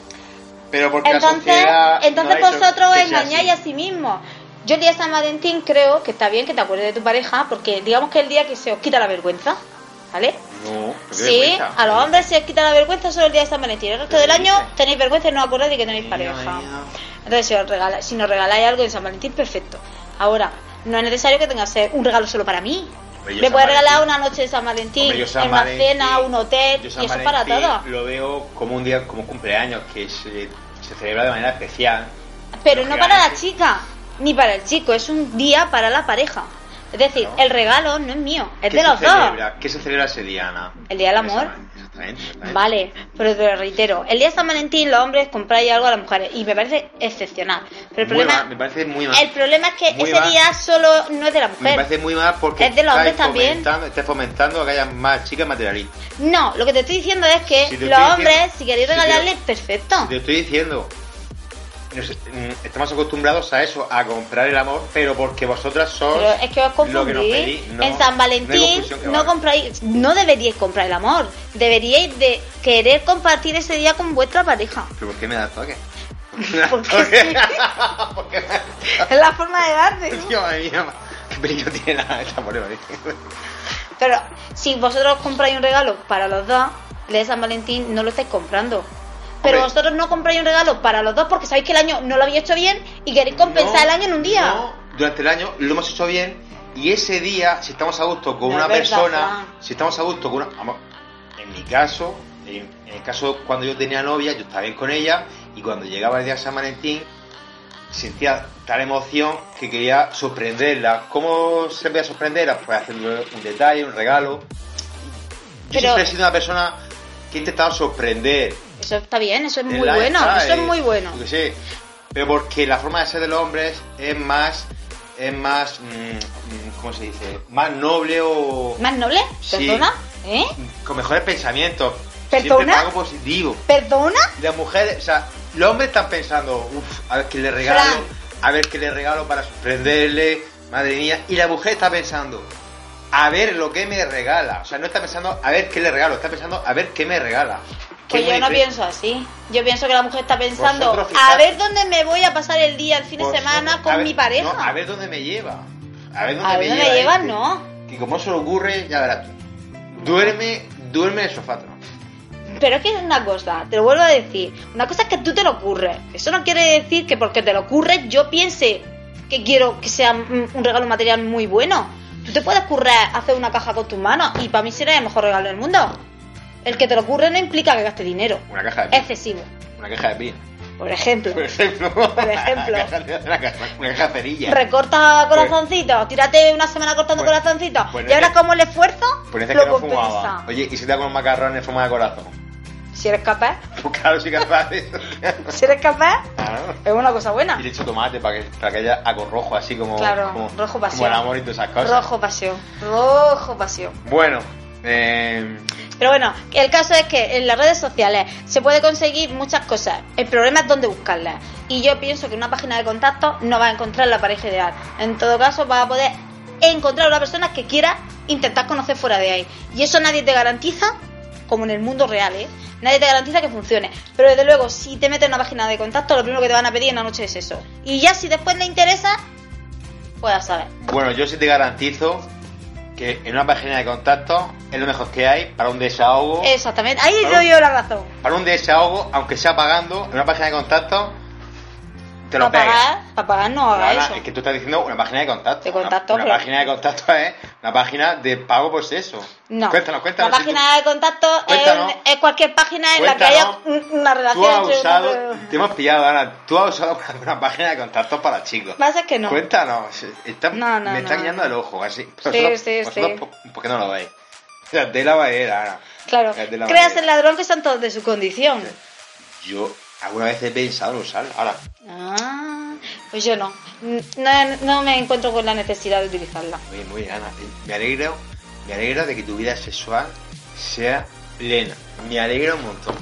Pero porque la
Entonces,
sociedad.
entonces
no ha hecho
vosotros os
que sea
engañáis
así.
a sí mismos. Yo el día de San Valentín creo que está bien que te acuerdes de tu pareja porque digamos que es el día que se os quita la vergüenza. ¿Vale?
No, qué
Sí,
vergüenza.
a los hombres se os quita la vergüenza solo el día de San Valentín. El resto
¿Qué
del año
dices?
tenéis vergüenza y no os acordáis de que tenéis
Ay,
pareja.
ay, ay.
Entonces, si, os regala- si nos regaláis algo en San Valentín, perfecto. Ahora, no es necesario que tenga que ser un regalo solo para mí.
Hombre, yo
Me
San
puedes regalar
Valentín-
una noche de San Valentín,
Hombre, yo San
en una
Valentín-
cena, un hotel, y
yo
eso
San
es para
Valentín
todos.
Lo veo como un día, como un cumpleaños que se, se celebra de manera especial.
Pero no para la
lógicamente.
chica, ni para el chico, es un día para la pareja. Es decir,
Claro.
el regalo no es mío, es
¿Qué
de
se
los dos.
celebra? ¿Qué se celebra ese día, Ana?
El Día del Amor.
Exactamente, exactamente.
Vale, pero te lo reitero, el día de San Valentín los hombres compráis algo a las mujeres y me parece excepcional. Pero
Muy
el problema,
mal, me parece muy mal.
el problema es que
Muy
ese
mal.
día solo no es de la mujer.
me parece muy mal porque
Es de los hombres
estáis
también.
fomentando- estáis fomentando que haya más chicas materialistas.
No, lo que te estoy diciendo es que
Si te
los
estoy
hombres,
diciendo-
si queréis
si te-
regalarles, perfecto.
Te estoy diciendo. nos- mm, estamos acostumbrados a eso, a comprar el amor, pero porque vosotras sois
Pero es que os
lo que nos
confundís.
pedís. No,
en San
no hay
Valentín
confusión que
no,
valga.
compráis, no deberíais comprar el amor. Deberíais de querer compartir ese día con vuestra pareja.
¿Pero por qué me das toque? Me das
Porque
toque.
sí.
¿Por qué me das
Es la forma de darte. ¿no?
toque? Madre mía, qué brillo tiene la, esta prueba.
Pero si vosotros compráis un regalo para los dos, el de San Valentín no lo estáis comprando. Pero
Hombre.
vosotros no compráis un regalo para los dos porque sabéis que el año no lo habéis hecho bien y queréis compensar
No,
el año en un día.
No, durante el año lo hemos hecho bien y ese día, si estamos a gusto con
No
una
es verdad,
persona,
Juan.
si estamos a gusto con una... vamos, en mi caso, en, en el caso cuando yo tenía novia, yo estaba bien con ella y cuando llegaba el día de San Valentín sentía tal emoción que quería sorprenderla. ¿Cómo se voy a sorprenderla? Pues haciendo un detalle, un regalo. Yo
Pero-
siempre he sido una persona que he intentado sorprender.
Eso está bien, eso es
El
muy
like,
bueno,
¿sabes?
eso es muy bueno.
Yo qué sé. Pero porque la forma de ser de los hombres es más. Es más. mm, mm, ¿Cómo se dice? Más noble o.
¿Más noble?
Sí.
¿Perdona? ¿Eh?
Con mejores pensamientos.
¿Perdona?
Siempre para algo positivo.
¿Perdona?
Y Las mujeres. O sea, los hombres están pensando. Uf, a ver qué le regalo.
Fran.
A ver qué le regalo para sorprenderle. Madre mía. Y la mujer está pensando. A ver lo que me regala. O sea, no está pensando a ver qué le regalo. Está pensando a ver qué me regala. Que
Pues
es muy
yo no
diferente.
pienso así. Yo pienso que la mujer está pensando
Vosotros
a
fijaos.
ver dónde me voy a pasar el día, el fin de
Por
semana
supuesto.
con
A ver-
mi pareja.
no, a ver dónde me lleva. A ver dónde
A
me
ver dónde
lleva.
me llevan,
este.
no.
Que como se le ocurre, ya verás tú. Duerme, duerme en el sofá. ¿no?
Pero es que es una cosa, te lo vuelvo a decir. Una cosa es que tú te lo ocurres. Eso no quiere decir que porque te lo ocurres yo piense que quiero que sea un un regalo material muy bueno. Tú te puedes currar hacer una caja con tus manos y para mí será el mejor regalo del mundo. El que te lo ocurre no implica que gastes dinero.
Una caja de pin.
Excesivo,
Una caja de pin.
por ejemplo.
Por ejemplo.
ejemplo.
Una caja de- una caja- una caja de cerilla.
Recorta corazoncitos, tírate una semana cortando
Pues-
corazoncitos.
pues
y ahora
dice-
como el esfuerzo
Pues dices
lo
que no
compensa.
fumaba. Oye, ¿y si te hago un macarrón en forma de corazón?
Si eres capaz,
Pues claro, sí que haces eso.
si eres capaz,
Claro.
es una cosa buena.
Y le echo tomate para que, para que haya algo rojo, así como,
Claro,
como,
rojo
como
pasión.
el amor y todas esas cosas.
Rojo pasión, rojo pasión.
Bueno, eh,
Pero bueno, el caso es que en las redes sociales se puede conseguir muchas cosas. El problema es dónde buscarlas. Y yo pienso que en una página de contacto no vas a encontrar la pareja ideal. En todo caso, vas a poder encontrar una persona que quiera intentar conocer fuera de ahí. Y eso nadie te garantiza, como en el mundo real, ¿eh? Nadie te garantiza que funcione. Pero desde luego, si te metes en una página de contacto, lo primero que te van a pedir en la noche es eso. Y ya si después le interesa, pues a saber.
Bueno, yo sí te garantizo que en una página de contacto es lo mejor que hay para un desahogo.
Exactamente. Ahí
Claro.
doy yo la razón.
Para un desahogo, aunque sea pagando, en una página de contacto te lo
para
pegas.
pagar, para pagar no haga
Ahora,
eso.
Es que tú estás diciendo una página de contacto.
De contacto,
una, una
pero-
página de contacto es una página de pago, pues eso.
No.
Cuéntanos, cuéntanos.
La
si tú-
página de contacto
Cuéntanos.
es, es cualquier página en
Cuéntanos.
la que haya un- una
Tú
relación
has
entre
usado, te hemos pillado ahora, tú has usado una página de contactos para chicos.
Vas a que no.
Cuéntanos, está-
No, no,
me está
no.
guiñando el ojo, así.
sí,
vosotros
sí.
po- ¿Por qué no lo veis? Las de la Baera, ahora.
Claro,
Las de la
creas
Baera.
el ladrón que son todos de su condición.
Yo alguna vez he pensado en usarla. Ahora,
Ah, pues yo no. no. No me encuentro con la necesidad de utilizarla.
muy bien, muy bien, Ana. Me alegro, me alegro de que tu vida sexual sea plena. Me alegro un montón.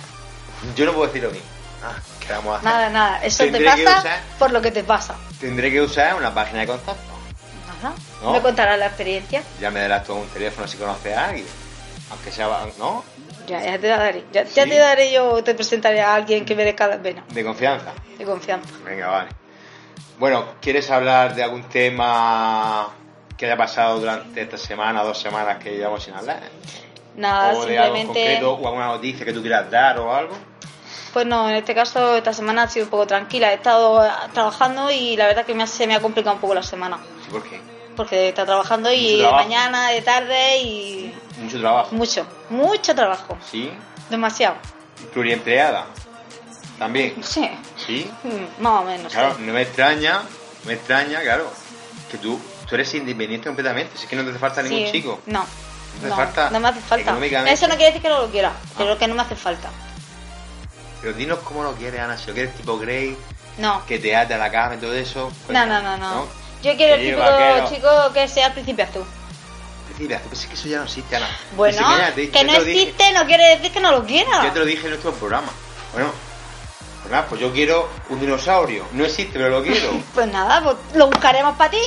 Yo no puedo decir lo mismo. Ah, ¿qué vamos a hacer?
Nada, nada. Eso te
Tendré que
pasa
usar-
por lo que te pasa.
Tendré que usar una página de contacto.
Nada.
No.
Me contarás la experiencia.
Ya me darás tú un teléfono si conoces a alguien. Aunque sea, ¿no?
Ya, ya te daré. Ya, ya
Sí.
te daré yo, te presentaré a alguien que merezca la pena.
De confianza.
De confianza.
Venga, vale. Bueno, ¿quieres hablar de algún tema que haya pasado durante esta semana o dos semanas que llevamos sin hablar?
Nada,
o de algo en
Ah, simplemente.
concreto, o alguna noticia que tú quieras dar o algo.
Pues no, en este caso esta semana ha sido un poco tranquila. He estado eh, trabajando y la verdad que me ha- se me ha complicado un poco la semana.
¿Por qué?
Porque está trabajando y
Mucho
de
trabajo.
mañana, de tarde y
Mucho trabajo.
mucho, mucho trabajo.
Sí.
Demasiado.
Pluriempleada. También.
Sí,
Sí.
mm, más o menos.
Claro,
sí.
no me extraña, no me extraña, claro, que tú, tú eres independiente completamente. Si es que no te hace falta ningún
Sí,
chico.
No.
No te
No,
falta
no me hace falta.
económicamente.
Eso no quiere decir que no lo quiera, pero
Ah.
que no me hace falta.
Pero dinos cómo lo quieres, Ana. Si lo quieres tipo Grey,
No.
que te ate a la cama y todo eso.
No,
cuéntanos,
no, no, no. Yo quiero el
Que
típico
vaquero.
chico que sea al principio azul.
Decirle, pues es que eso ya no existe, Ana.
Bueno,
Ni siquiera te-
que
yo
no
te lo dije-
existe no quiere decir que no lo quiera.
yo te lo dije en nuestro programa. Bueno, Pues nada, pues yo quiero un dinosaurio. No existe, pero lo quiero.
Pues nada, pues lo buscaremos para ti.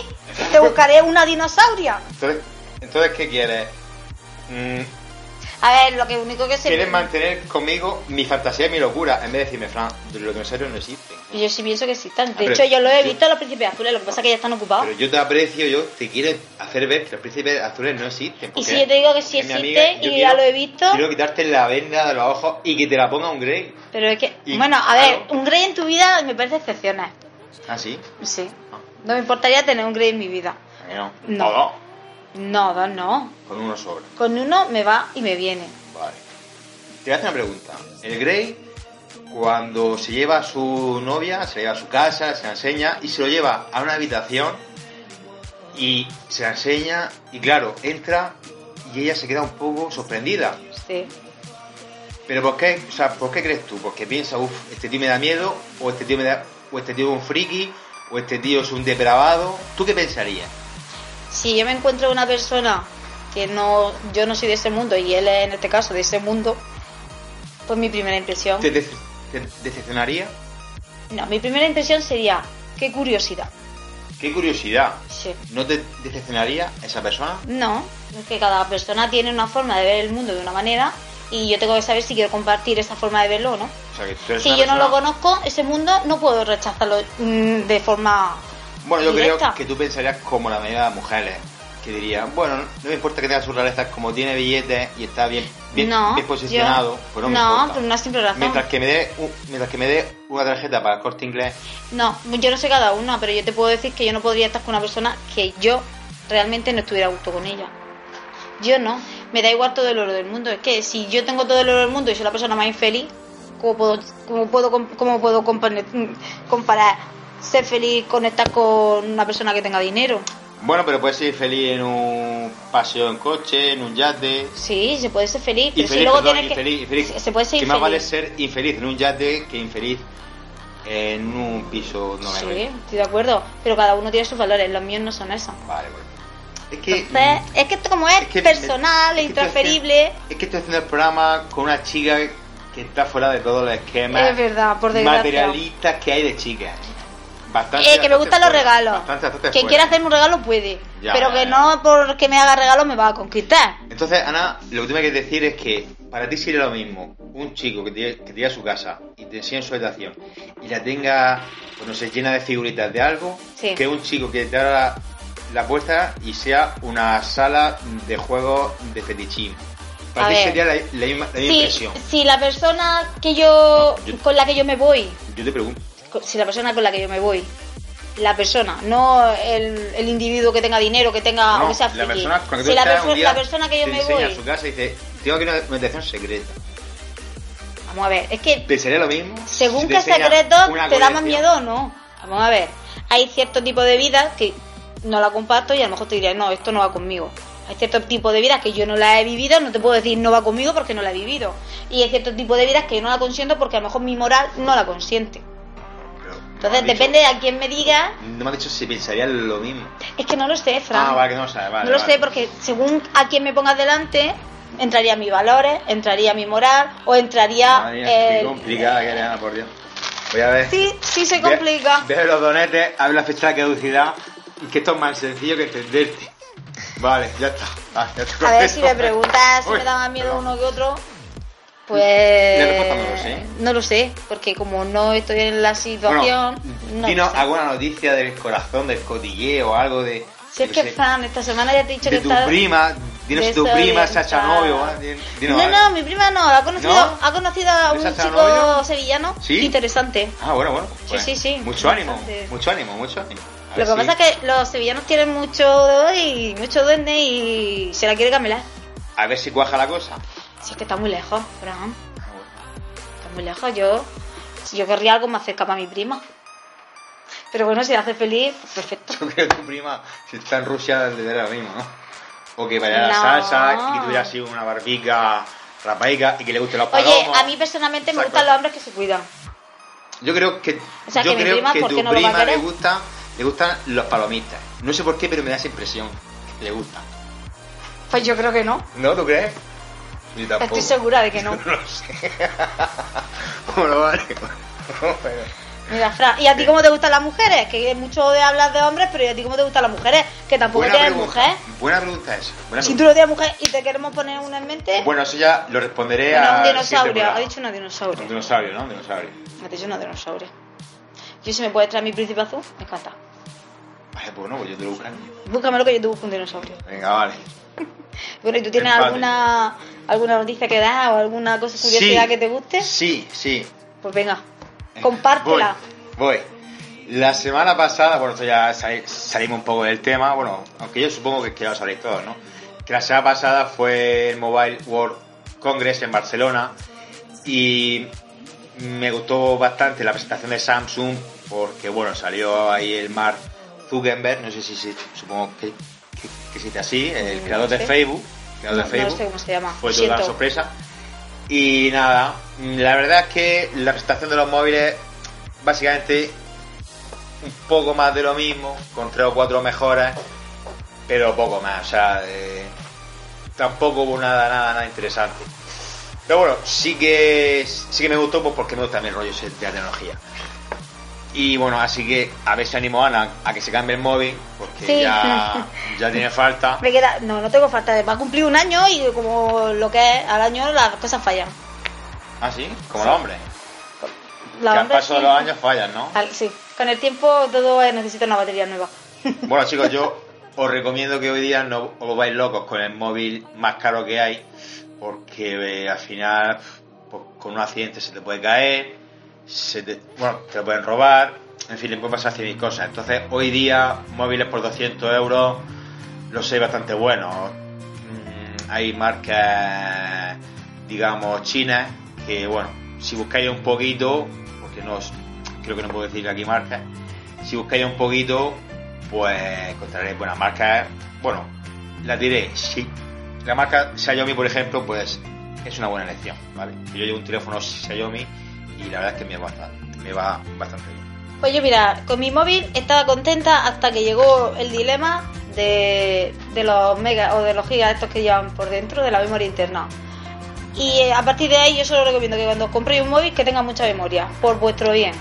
Te buscaré una dinosauria.
Entonces, entonces ¿qué quieres? Mm,
A ver, lo que único que se...
quieres mantener conmigo mi fantasía y mi locura. En vez de decirme, Fran, los dinosaurios no existen.
Yo sí pienso que existan. De
Hombre,
hecho, yo lo he
Ah, yo-
visto en los príncipes azules, lo que pasa es que ya están ocupados.
Pero yo te aprecio, yo te quiero hacer ver que los príncipes azules no existen.
Y
porque
si yo te digo que sí
es mi
existe
amiga, yo
y
quiero-
ya lo he visto,
Quiero quitarte la venda de los ojos y que te la ponga un Grey.
pero es que,
y-
bueno, a ver,
claro.
un Grey en tu vida me parece excepcional.
¿Ah, sí?
Sí.
Ah.
No me importaría tener un Grey en mi vida.
Eh, No.
No.
O dos,
No, dos no.
Con uno sobre.
Con uno me va y me viene.
Vale. Te voy a hacer una pregunta. El Grey, cuando se lleva a su novia, se la lleva a su casa, se la enseña y se lo lleva a una habitación y se la enseña y claro, entra y ella se queda un poco sorprendida.
Sí.
Pero ¿por qué, o sea, ¿por qué crees tú? ¿Porque piensa, uff, este tío me da miedo o este tío me da, o este tío es un friki o este tío es un depravado? ¿Tú qué pensarías?
Si yo me encuentro una persona que no, yo no soy de ese mundo y él es en este caso de ese mundo, pues mi primera impresión.
¿Te, dece- te decepcionaría?
No, mi primera impresión sería, qué curiosidad.
Qué curiosidad.
Sí.
¿No te decepcionaría esa persona?
No, es que cada persona tiene una forma de ver el mundo de una manera y yo tengo que saber si quiero compartir esa forma de verlo o no.
O sea, que tú eres
Si
una
yo no
persona-
lo conozco, ese mundo no puedo rechazarlo mm, de forma...
Bueno, yo creo
directa.
que tú pensarías como la mayoría de las mujeres, que dirían, bueno, no me importa que tenga sus rarezas, como tiene billetes y está bien, bien,
no,
bien posicionado,
yo-
pues no me importa.
por una simple razón.
Mientras que me dé un- mientras que me dé una tarjeta para el corte inglés,
No, yo no sé cada una, pero yo te puedo decir que yo no podría estar con una persona que yo realmente no estuviera a gusto con ella. Yo no, me da igual todo el oro del mundo. Es que si yo tengo todo el oro del mundo y soy la persona más infeliz, ¿cómo puedo, cómo puedo, com- cómo puedo compone- comparar ser feliz con estar con una persona que tenga dinero?
bueno, pero puedes ser feliz en un paseo en coche, en un yate.
Sí, se puede ser feliz, pero
Infeliz,
si luego
perdón,
tienes
infeliz,
que...
infeliz.
se- Se puede ser
que
infeliz.
más vale ser infeliz en un yate que infeliz en un piso no
sí, estoy de acuerdo, pero cada uno tiene sus valores, los míos no son esos.
Vale, bueno. Es que
Entonces, es que esto como es,
Es que me- es que
personal,
estoy
intransferible...
haciendo- es que estoy haciendo el programa con una chica que está fuera de todos los esquemas.
Es verdad, por desgracia.
Materialistas que hay de chicas. Bastante.
Eh, que me
bastante
gustan los
fuera,
regalos.
bastante, bastante
Quien
fuera.
quiera hacerme un regalo puede.
pues. Ya,
pero
ya,
que
ya.
no porque me haga regalo me va a conquistar.
Entonces, Ana, lo que tú me quieres decir es que para ti sería lo mismo un chico que te, que te llegue a su casa y te enseña su habitación y la tenga, pues no sé, llena de figuritas de algo,
Sí.
que un chico que te abra la, la puerta y sea una sala de juegos de fetichismo. Para
A
ti
ver.
sería la, la misma, la misma
Si,
impresión.
si la persona que yo,
Yo-
con la que yo me voy,
Yo te pregunto.
co- si la persona con la que yo me voy, la persona, no el, el individuo que tenga dinero, que tenga, Ah, o
No,
que sea
la
friki.
persona con la que tú
si la,
estás
perso-
un día
la persona que yo
te
me
enseña
voy,
a su casa y dice, tengo aquí una meditación secreta.
vamos a ver, es que
¿Te sería lo mismo?
según
si te
qué
enseña
secreto
una
te da más
colección?
miedo o no. Vamos a ver, hay cierto tipo de vida que no la comparto y a lo mejor te diré, no, esto no va conmigo. Hay cierto tipo de vidas que yo no la he vivido, no te puedo decir no va conmigo porque no la he vivido. Y hay cierto tipo de vidas que yo no la consiento porque a lo mejor mi moral no la consiente.
Pero no me
Entonces
has Ah, dicho-
depende de a quién me diga,
No me has dicho si pensaría lo mismo.
es que no lo sé, Fran.
Ah, vale, que no lo sabes, vale.
no lo
vale.
sé porque según a quién me pongas delante, entraría mis valores, entraría mi moral o entraría...
Madre mía, qué
el-
complicada que era, por Dios. Voy a ver.
eh, Sí, sí se complica.
Ve, ve los donetes, abre la fecha de caducidad y que esto es más sencillo que entenderte. Vale, ya está. Ah, ya te
A ver
contesto.
si me preguntas si
Uy,
me da más miedo
perdón.
uno que otro.
La respuesta no lo
Pues.
sé.
No lo sé, porque como no estoy en la situación.
Bueno,
no
dinos
lo sé.
alguna noticia del corazón, del cotilleo, algo de.
Si es
yo
que,
qué sé,
Fran, esta semana ya te he dicho
de
que
tu
está.
prima, dinos si tu prima se ha hecho
desorientada.
novio. ¿eh? Din- dinos
no,
algo.
no, mi prima no. Ha conocido,
¿No?
Ha conocido a
¿No
un
se ha hecho
chico
novio?
sevillano
¿Sí?
interesante.
Ah, bueno, bueno. pues,
sí, sí.
Mucho ánimo,
Bastante.
mucho ánimo, mucho ánimo. A
Lo
ver
que
si-
pasa es que los sevillanos tienen mucho doy, mucho duende y se la quiere camelar.
A ver si cuaja la cosa.
Si es que está muy lejos, Fran.
Ah, bueno.
Está muy lejos, yo, yo querría algo más cerca para mi prima. Pero bueno, si la hace feliz, perfecto.
Yo creo que tu prima, si está en Rusia, le dará lo mismo, ¿no? O que vaya a la
No.
salsa y que tuviera así una barbica rapaica y que le guste los palomos.
Oye, a mí personalmente me
Exacto.
gustan los hombres que se cuidan.
Yo creo que,
O sea,
yo
que mi
creo
prima,
que
¿por
tu
qué no lo va a
prima le,
querer?
gusta, le gustan los palomistas. No sé por qué, pero me da esa impresión que le gusta.
Pues yo creo que no.
¿No? ¿Tú crees? Yo tampoco.
Estoy segura de que no.
No lo sé. bueno, vale. Bueno,
Mira, Fran, ¿y a ti cómo te gustan las mujeres? Que mucho de hablas de hombres, pero ¿y a ti cómo te gustan las mujeres? Que tampoco
buena
tienes
pregunta.
mujer.
Buena pregunta esa. buena
Si tú
pregunta.
no tienes mujer y te queremos poner una en mente,
Bueno, eso ya lo responderé
bueno,
a.
un dinosaurio. Ha dicho una dinosauria.
Un dinosaurio, ¿no? Un dinosaurio.
Ha dicho una dinosauria. Yo si me puedes traer mi príncipe azul, me encanta.
Vale, pues no, pues yo te lo buscaré.
Búscamelo que yo te busco un dinosaurio.
Venga, vale.
Bueno, ¿y tú tienes
Empate.
alguna alguna noticia que dar o alguna cosa curiosidad
Sí,
que te guste?
Sí, sí.
Pues venga,
Venga,
compártela.
Voy. voy. La semana pasada, bueno, esto ya sali- salimos un poco del tema, bueno, aunque yo supongo que, que ya lo sabréis todos, ¿no? Que la semana pasada fue el Mobile World Congress en Barcelona y me gustó bastante la presentación de Samsung porque, bueno, salió ahí el Mark Zuckerberg, no sé si, si- supongo que, que, que existe así, el
No
creador de
sé.
Facebook, creador
Mm, No,
de
no
Facebook.
sé cómo se llama.
Fue
Ah, Lo
toda una
siento.
sorpresa. Y nada, la verdad es que la presentación de los móviles, básicamente, un poco más de lo mismo, con tres o cuatro mejoras, pero poco más, o sea, eh, tampoco hubo nada, nada, nada interesante. Pero bueno, sí que, sí que me gustó pues porque me gusta también el rollo ese de la tecnología. Y bueno, así que a ver si animo a Ana a que se cambie el móvil, porque
Sí.
ya, ya tiene falta.
Me queda, no, no tengo falta. Va a cumplir un año y como lo que es al año las cosas fallan.
Ah, sí, como los hombres.
La
que al
hombre,
paso de
sí.
los años fallan, ¿no?
Al- sí, con el tiempo todo eh, necesita una batería nueva.
Bueno, chicos, yo os recomiendo que hoy día no os vais locos con el móvil más caro que hay, porque eh, al final, pues, con un accidente se te puede caer, se te, bueno, te lo pueden robar, en fin, le pueden pasar cien mil cosas. Entonces, hoy día, móviles por 200 euros, los hay bastante buenos. Mm, Hay marcas, digamos, chinas, que bueno, si buscáis un poquito, porque no os- creo que no puedo decir aquí marcas, si buscáis un poquito, pues encontraréis buenas marcas. Bueno, las diré, sí. La marca Xiaomi, por ejemplo, pues es una buena elección, ¿vale? Yo llevo un teléfono Xiaomi y la verdad es que me va bastante, me va bastante bien.
Pues yo, mira, con mi móvil estaba contenta hasta que llegó el dilema de, de los megas o de los gigas estos que llevan por dentro de la memoria interna. Y eh, a partir de ahí yo solo recomiendo que cuando compréis un móvil que tenga mucha memoria, por vuestro bien.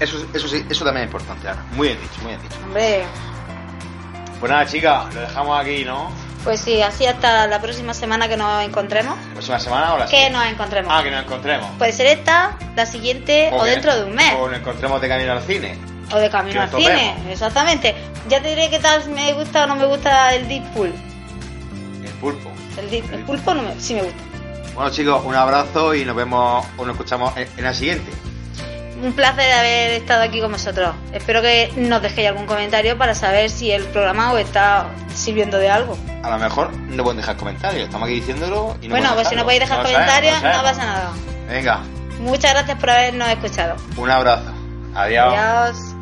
Eso, eso sí, eso también es importante, Ana. Muy bien dicho, muy bien dicho.
Hombre,
Pues nada, chicas, lo dejamos aquí, ¿no?
pues sí, así hasta la próxima semana que nos encontremos.
¿La próxima semana o la
Que
siguiente?
nos encontremos.
Ah, que nos encontremos.
Puede ser esta, la siguiente o
que-
dentro de un mes.
O nos encontremos de camino al cine.
O de camino
Que
al
nos
cine,
topemos.
exactamente. Ya te diré qué tal me gusta o no me gusta el Deadpool.
El pulpo.
El, Deep- el pulpo no me, sí me gusta.
Bueno, chicos, un abrazo y nos vemos o nos escuchamos en- en la siguiente.
Un placer haber estado aquí con vosotros. Espero que nos dejéis algún comentario para saber si el programa os está sirviendo de algo.
A lo mejor no pueden dejar comentarios, estamos aquí diciéndolo y no
bueno, pues si no podéis dejar comentarios, no pasa nada.
nada. Venga,
Muchas gracias por habernos escuchado.
un abrazo. Adiós.
Adiós.